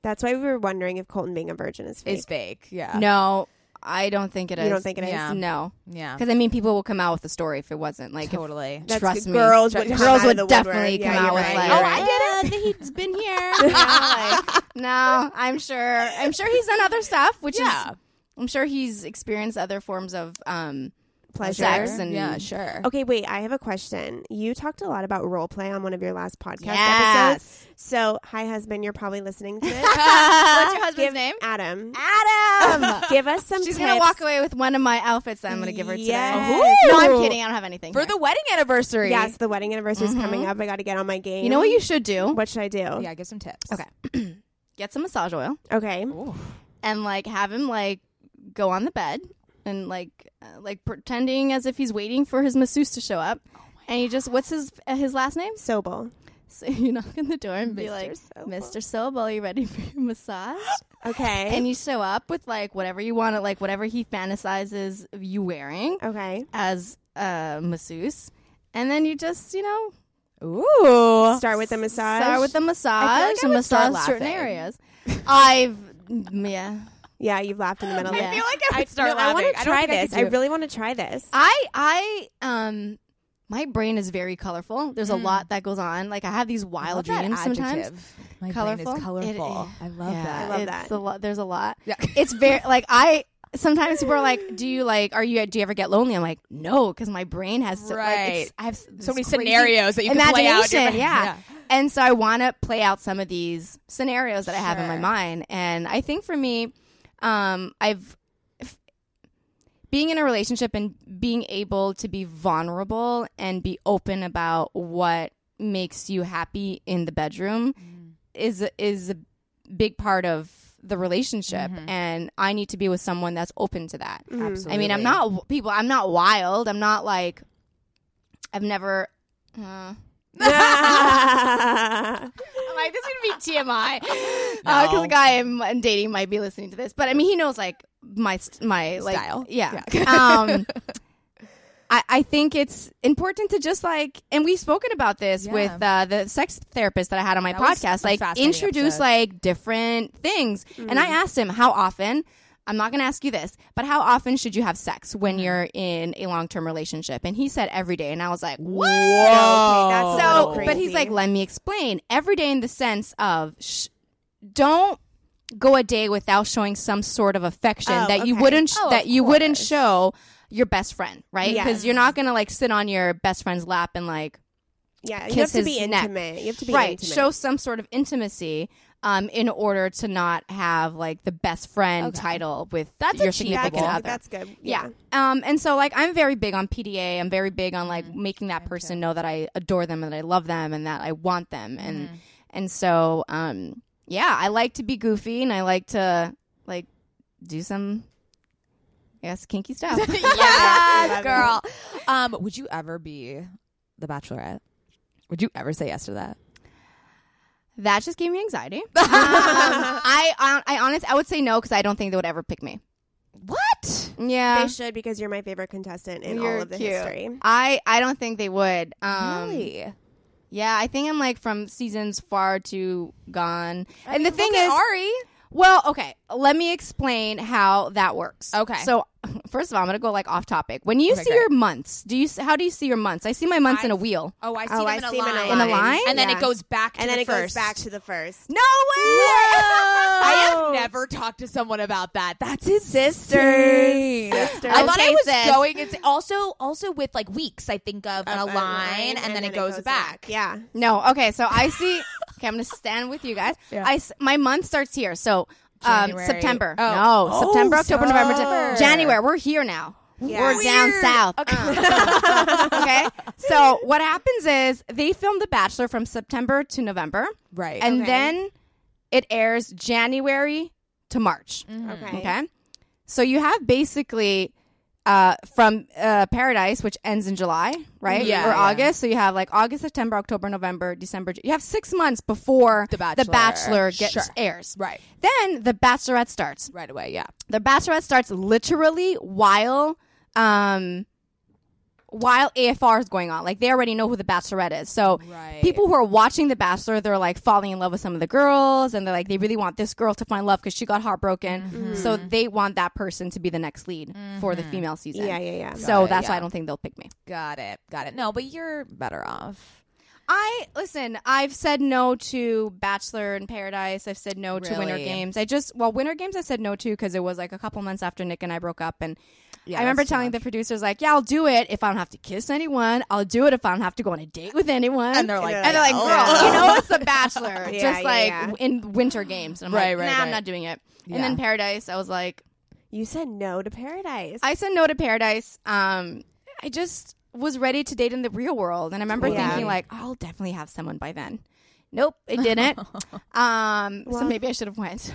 S2: That's why we were wondering if Colton being a virgin is fake.
S1: Is fake. Yeah.
S3: No, I don't think it is.
S2: You don't think it is?
S1: Yeah.
S3: No.
S1: Yeah.
S3: Because I mean, people will come out with the story if it wasn't like. if-
S1: Totally.
S2: That's
S3: Trust me.
S2: girls
S1: Trust-
S2: would come
S3: girls
S2: out of
S3: would
S2: the
S3: definitely
S2: woodwork.
S3: come
S2: Yeah,
S3: out
S2: you're
S3: with
S2: right,
S3: like,
S2: you're
S1: "Oh, I
S2: right.
S1: did it."
S3: it. He's been here. You know, like, no, I'm sure. I'm sure he's done other stuff, which
S1: Yeah.
S3: is. I'm sure he's experienced other forms of. um
S2: pleasure.
S3: Sex and-
S1: yeah, sure.
S2: Okay, wait. I have a question. You talked a lot about role play on one of your last podcast episodes.
S3: Yes.
S2: So, hi, husband. You're probably listening to this.
S3: What's your husband's
S2: Give-
S3: name?
S2: Adam. Um,
S3: Adam.
S2: Give us some. tips.
S3: She's gonna walk away with one of my outfits that I'm gonna give her today.
S2: Yes.
S3: No, I'm
S1: Ooh.
S3: kidding. I don't have anything
S1: For
S3: here.
S1: the wedding anniversary.
S2: Yes, the wedding anniversary is coming up. I got to get on my game.
S3: Mm-hmm. You know what you should do?
S2: What should I do?
S1: Yeah, give some tips.
S3: Okay. Get some massage oil.
S2: Okay.
S3: and like have him like go on the bed and like uh, like pretending as if he's waiting for his masseuse to show up. and he just what's his uh, his last name?
S2: Sobel.
S3: So you knock on the door and be like,
S2: Sobel.
S3: "Mr. Sobel, you ready for your massage?"
S2: Okay.
S3: and you show up with like whatever you want, like whatever he fantasizes of you wearing
S2: okay.
S3: as a masseuse, and then you just you know
S1: Ooh.
S2: Start with the massage.
S3: start with the massage
S1: I
S3: and
S1: would start
S3: massage certain
S1: laughing.
S3: areas. I've yeah.
S2: Yeah, you've laughed in the middle.
S3: I
S2: of it.
S3: feel
S1: like I would start
S2: no, I
S1: laughing.
S2: want to
S1: don't
S2: try
S1: think I could
S2: this. I,
S1: do it.
S2: really want to try this.
S3: I I um my brain is very colorful. There's a lot that goes on. Like I have these
S1: Hmm. I
S3: wild
S1: love that
S3: dreams sometimes.
S1: adjective. My
S3: Colorful.
S1: brain is
S3: It-
S1: colorful. I love
S3: yeah,
S1: that.
S2: I love
S3: it's
S2: that.
S3: A lot, there's a lot.
S1: Yeah.
S3: It's very like I sometimes people are like, "Do you like? Are you? Do you ever get lonely?" I'm like, "No," because my brain has so, like, it's-
S1: Right.
S3: I have so
S1: So many scenarios that you can play out.
S3: imagination.
S1: You're like-
S3: yeah. And so I want to play out some of these scenarios that I have in my
S1: Sure.
S3: mind, and I think for me, um, I've f- being in a relationship and being able to be vulnerable and be open about what makes you happy in the bedroom
S1: Mm-hmm.
S3: is is a big part of the relationship
S1: Mm-hmm.
S3: and I need to be with someone that's open to that.
S2: Mm.
S1: Absolutely.
S3: I mean, I'm not people. I'm not wild. I'm not like. I've never. Uh,
S2: Mm.
S3: I'm like this would be TMI because
S1: No.
S3: Uh, the guy I'm, I'm dating might be listening to this, but I mean he knows like my st- my like,
S1: Style.
S3: Yeah. um, I I think it's important to just like, and we've spoken about this
S1: Yeah.
S3: with uh, the sex therapist that I had on my
S1: That was
S3: podcast.
S1: a
S3: Like
S1: fascinating
S3: introduce
S1: episode. Mm.
S3: like different things, and I asked him how often. I'm not going to ask you this, but how often should you have sex when
S1: Mm-hmm.
S3: you're in a long-term relationship? And he said every day, and I was like, "What?"
S2: Oh, that's a
S3: So,
S2: little
S3: but he's
S2: crazy.
S3: like, let me explain. Every day in the sense of sh- don't go a day without showing some sort of affection
S2: Oh,
S3: that you
S2: okay.
S3: wouldn't sh-
S2: Oh,
S3: that
S2: of
S3: you wouldn't
S2: course.
S3: show your best friend, right? Because
S2: Yes.
S3: you're not gonna like sit on your best friend's lap and like
S2: yeah, you
S3: kiss
S2: have to
S3: his
S2: be
S3: neck.
S2: intimate. You have to be
S3: right
S2: intimate.
S3: show some sort of intimacy. Um, in order to not have like the best friend title with
S1: That's
S3: your
S1: achievable.
S3: significant
S2: that's,
S1: people.
S3: other,
S2: that's good.
S3: yeah. Um, and so like I'm very big on PDA. I'm very big on like
S2: Mm-hmm.
S3: making that person know that I adore them and that I love them and that I want them and
S2: Mm-hmm.
S3: and so um yeah, I like to be goofy and I like to like do some I guess kinky stuff.
S1: yes, girl.
S2: Love
S1: Um, would you ever be the Bachelorette? Would you ever say yes to that?
S3: that just gave me anxiety. Um, I, I I honest I would say no because I don't think they would ever pick me.
S1: What?
S3: Yeah,
S2: They should because you're my favorite contestant in
S3: You're
S2: all of the
S3: cute.
S2: history.
S3: I I don't think they would. Um,
S1: really?
S3: Yeah, I think I'm like from seasons far too gone. and the thing is,
S1: Ari.
S3: Well, okay. Let me explain how that works.
S1: Okay.
S3: So, first of all, I'm going to go like off topic. When you
S1: Okay,
S3: see
S1: great.
S3: your months, do you s- how do you see your months? I see my months in a wheel.
S1: Oh, I see
S2: Oh,
S1: them
S2: I
S1: in, a
S2: see them in a
S1: line.
S2: line.
S3: In a line?
S1: and then
S2: Yeah.
S1: it goes back, to
S2: And then
S1: the
S2: it
S1: first.
S2: goes back to the first.
S3: No way.
S1: I have never talked to someone about that. That's his
S2: Sisters. Sisters.
S1: I thought I
S3: Okay,
S1: was
S3: sis.
S1: going. It's also also with like weeks. I think of on a
S2: uh,
S1: line, and, then, it goes, back.
S2: Yeah.
S3: No. Okay. So I see. Okay, I'm going to stand with you guys. I s- my month starts here. So um,
S1: January.
S3: September.
S1: Oh.
S3: No, September, October, November,
S1: September.
S3: Jan- January. We're here now.
S2: Yeah.
S3: We're down
S1: Weird.
S3: south. Uh. okay. So what happens is they film The Bachelor from September to November.
S1: Right.
S3: and
S2: Okay.
S3: then it airs January to March.
S1: Mm-hmm.
S2: Okay.
S3: Okay, so you have basically uh, from uh, Paradise, which ends in July, right?
S1: Yeah,
S3: or
S1: yeah.
S3: August. So you have like August, September, October, November, December. You have six months before
S1: The Bachelor.
S3: Bachelor gets
S1: Sure.
S3: airs.
S1: Right.
S3: Then the Bachelorette starts.
S1: right away. Yeah.
S3: The Bachelorette starts literally while. Um, while AFR is going on, like they already know who the Bachelorette is, so
S1: Right.
S3: people who are watching The Bachelor, they're like falling in love with some of the girls, and they're like, they really want this girl to find love because she got heartbroken. So they want that person to be the next lead for the female season.
S2: Yeah, yeah, yeah.
S3: So
S1: Got it,
S3: that's why
S1: yeah.
S3: I don't think they'll pick me.
S1: Got it. Got it. No, but you're better off.
S3: I listen. I've said no to Bachelor in Paradise. I've said no to Winter
S1: Really?
S3: Games. I just well, Winter Games I said no to because it was like a couple months after Nick and I broke up, and
S1: Yeah,
S3: I remember
S1: that's too
S3: telling
S1: much.
S3: the producers like, "Yeah, I'll do it if I don't have to kiss anyone. I'll do it if I don't have to go on a date with anyone."
S1: And they're like,
S3: and they're like,
S1: "Oh,
S3: "Girl,
S2: no."
S3: you know it's The Bachelor,
S2: Yeah, yeah,
S3: just like
S2: yeah.
S3: in Winter Games." And I'm
S1: Right,
S3: like,
S1: right,
S3: "Nah,
S1: right.
S3: I'm not doing it."
S1: Yeah.
S3: And then Paradise, I was like,
S2: You said no to paradise.
S3: I said no to Paradise. Um, I just was ready to date in the real world, and I remember
S2: Yeah.
S3: thinking like, I'll definitely have someone by then. Nope, it didn't. um, so
S2: Well-
S3: maybe I should have went.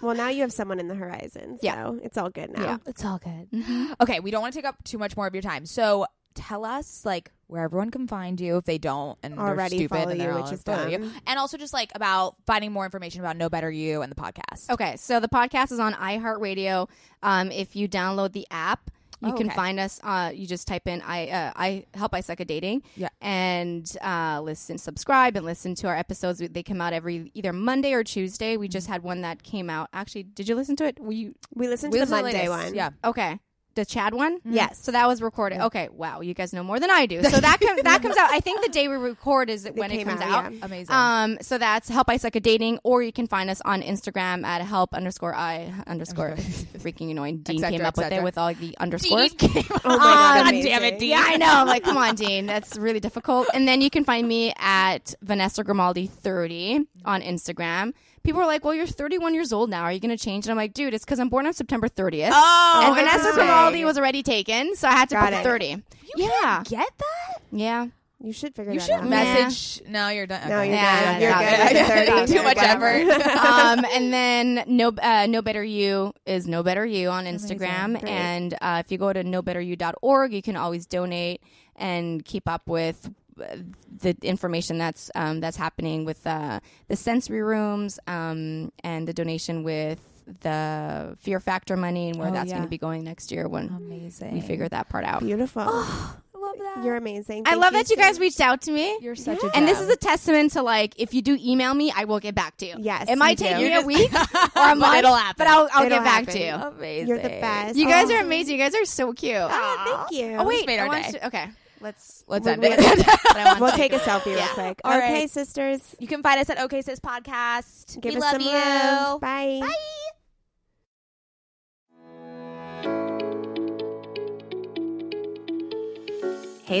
S2: well, now you have someone in the horizon, so
S3: Yeah.
S2: it's all good now.
S1: It's all good. okay, we don't want to take up too much more of your time. So tell us like where everyone can find you if they don't and
S2: Already
S1: they're stupid
S2: follow
S1: and they're
S2: you,
S1: all
S2: which is
S1: follow you.
S2: dumb.
S1: And also just like about finding more information about No Better You and the podcast.
S3: okay, so the podcast is on iHeartRadio. Um, if you download the app. You
S1: Oh,
S3: can
S1: okay.
S3: find us. Uh, you just type in "I uh, I help I suck at dating."
S1: Yeah.
S3: and uh, listen, subscribe, and listen to our episodes. They come out every either Monday or Tuesday. We just had one that came out. Actually, did you listen to it? Were you
S2: We listened
S1: We
S2: to the
S1: listen to
S2: Monday
S1: latest.
S2: one.
S1: Yeah.
S3: Okay. the Chad one?
S2: Yes.
S3: So that was recorded. Okay. Wow. You guys know more than I do. So that com- that comes out. I think the day we record is when it
S2: came
S3: comes
S2: out,
S3: out.
S2: yeah.
S1: Amazing.
S3: Um, so that's help I suck at dating, or you can find us on Instagram at help underscore I underscore. It's freaking annoying. Dean
S1: cetera,
S3: came up
S1: et
S3: with it
S1: cetera.
S3: with all the underscores.
S1: Dean came
S2: Oh my God,
S1: God
S2: amazing.
S1: damn it, Dean.
S3: Yeah, I know. I'm like, come on, Dean. That's really difficult. And then you can find me at Vanessa Grimaldi 30 on Instagram. People are like, well, you're 31 years old now. Are you going to change? And I'm like, dude, it's because I'm born on September 30th.
S1: Oh,
S3: and Vanessa
S2: interesting.
S3: Grimaldi was already taken, so I had to
S2: Got
S3: put
S2: it.
S3: 30. yeah,
S1: Get that?
S3: yeah.
S2: You should figure
S1: You
S2: that
S1: should
S2: out.
S1: message. No, you're done.
S2: No,
S1: Okay.
S2: you're
S3: Yeah,
S2: good.
S3: yeah,
S2: You're
S3: yeah.
S2: good.
S1: Yeah,
S2: You're
S1: yeah,
S2: 30.
S1: too
S2: You're
S1: much
S2: good.
S1: effort.
S3: um, and then no, uh, no better you is no better you on Instagram,
S2: Great.
S3: and uh, if you go to nobetteryou.org, you can always donate and keep up with uh, the information that's um, that's happening with uh, the sensory rooms um, and the donation with the Fear Factor money and where
S1: Oh,
S3: that's
S1: yeah.
S3: going to be going next year when
S1: Amazing.
S3: we figure that part out.
S2: Beautiful.
S1: Oh, I love that.
S2: You're amazing.
S3: I
S2: Thank
S3: love that you
S2: so
S3: guys reached out to me.
S1: You're such a
S3: And this
S1: gem.
S3: is a testament to like, if you do email me, I will get back to you.
S2: Yes,
S3: it might
S2: you
S3: take
S2: do.
S3: me
S1: You
S3: a
S1: just-
S3: week or a
S1: But
S3: month,
S1: it'll happen.
S3: But I'll, I'll
S2: It'll
S3: get back
S2: happen.
S3: to you.
S1: amazing.
S2: You're the best.
S3: You guys
S2: Oh.
S3: are amazing. You guys are so cute.
S2: Ah, Thank you.
S1: Oh, wait.
S3: Wait,
S1: made our
S3: I want
S1: day.
S3: to- okay, let's
S1: Let's
S3: we-
S1: end
S3: we-
S1: it.
S3: but I want
S2: We'll
S3: to-
S2: take a selfie real quick.
S1: All
S2: okay,
S1: right.
S2: sisters.
S1: You can find us at OK Sis Podcast.
S2: Give
S1: we
S2: us
S1: love
S2: some
S1: you.
S2: love. Bye.
S1: Bye.
S4: Hey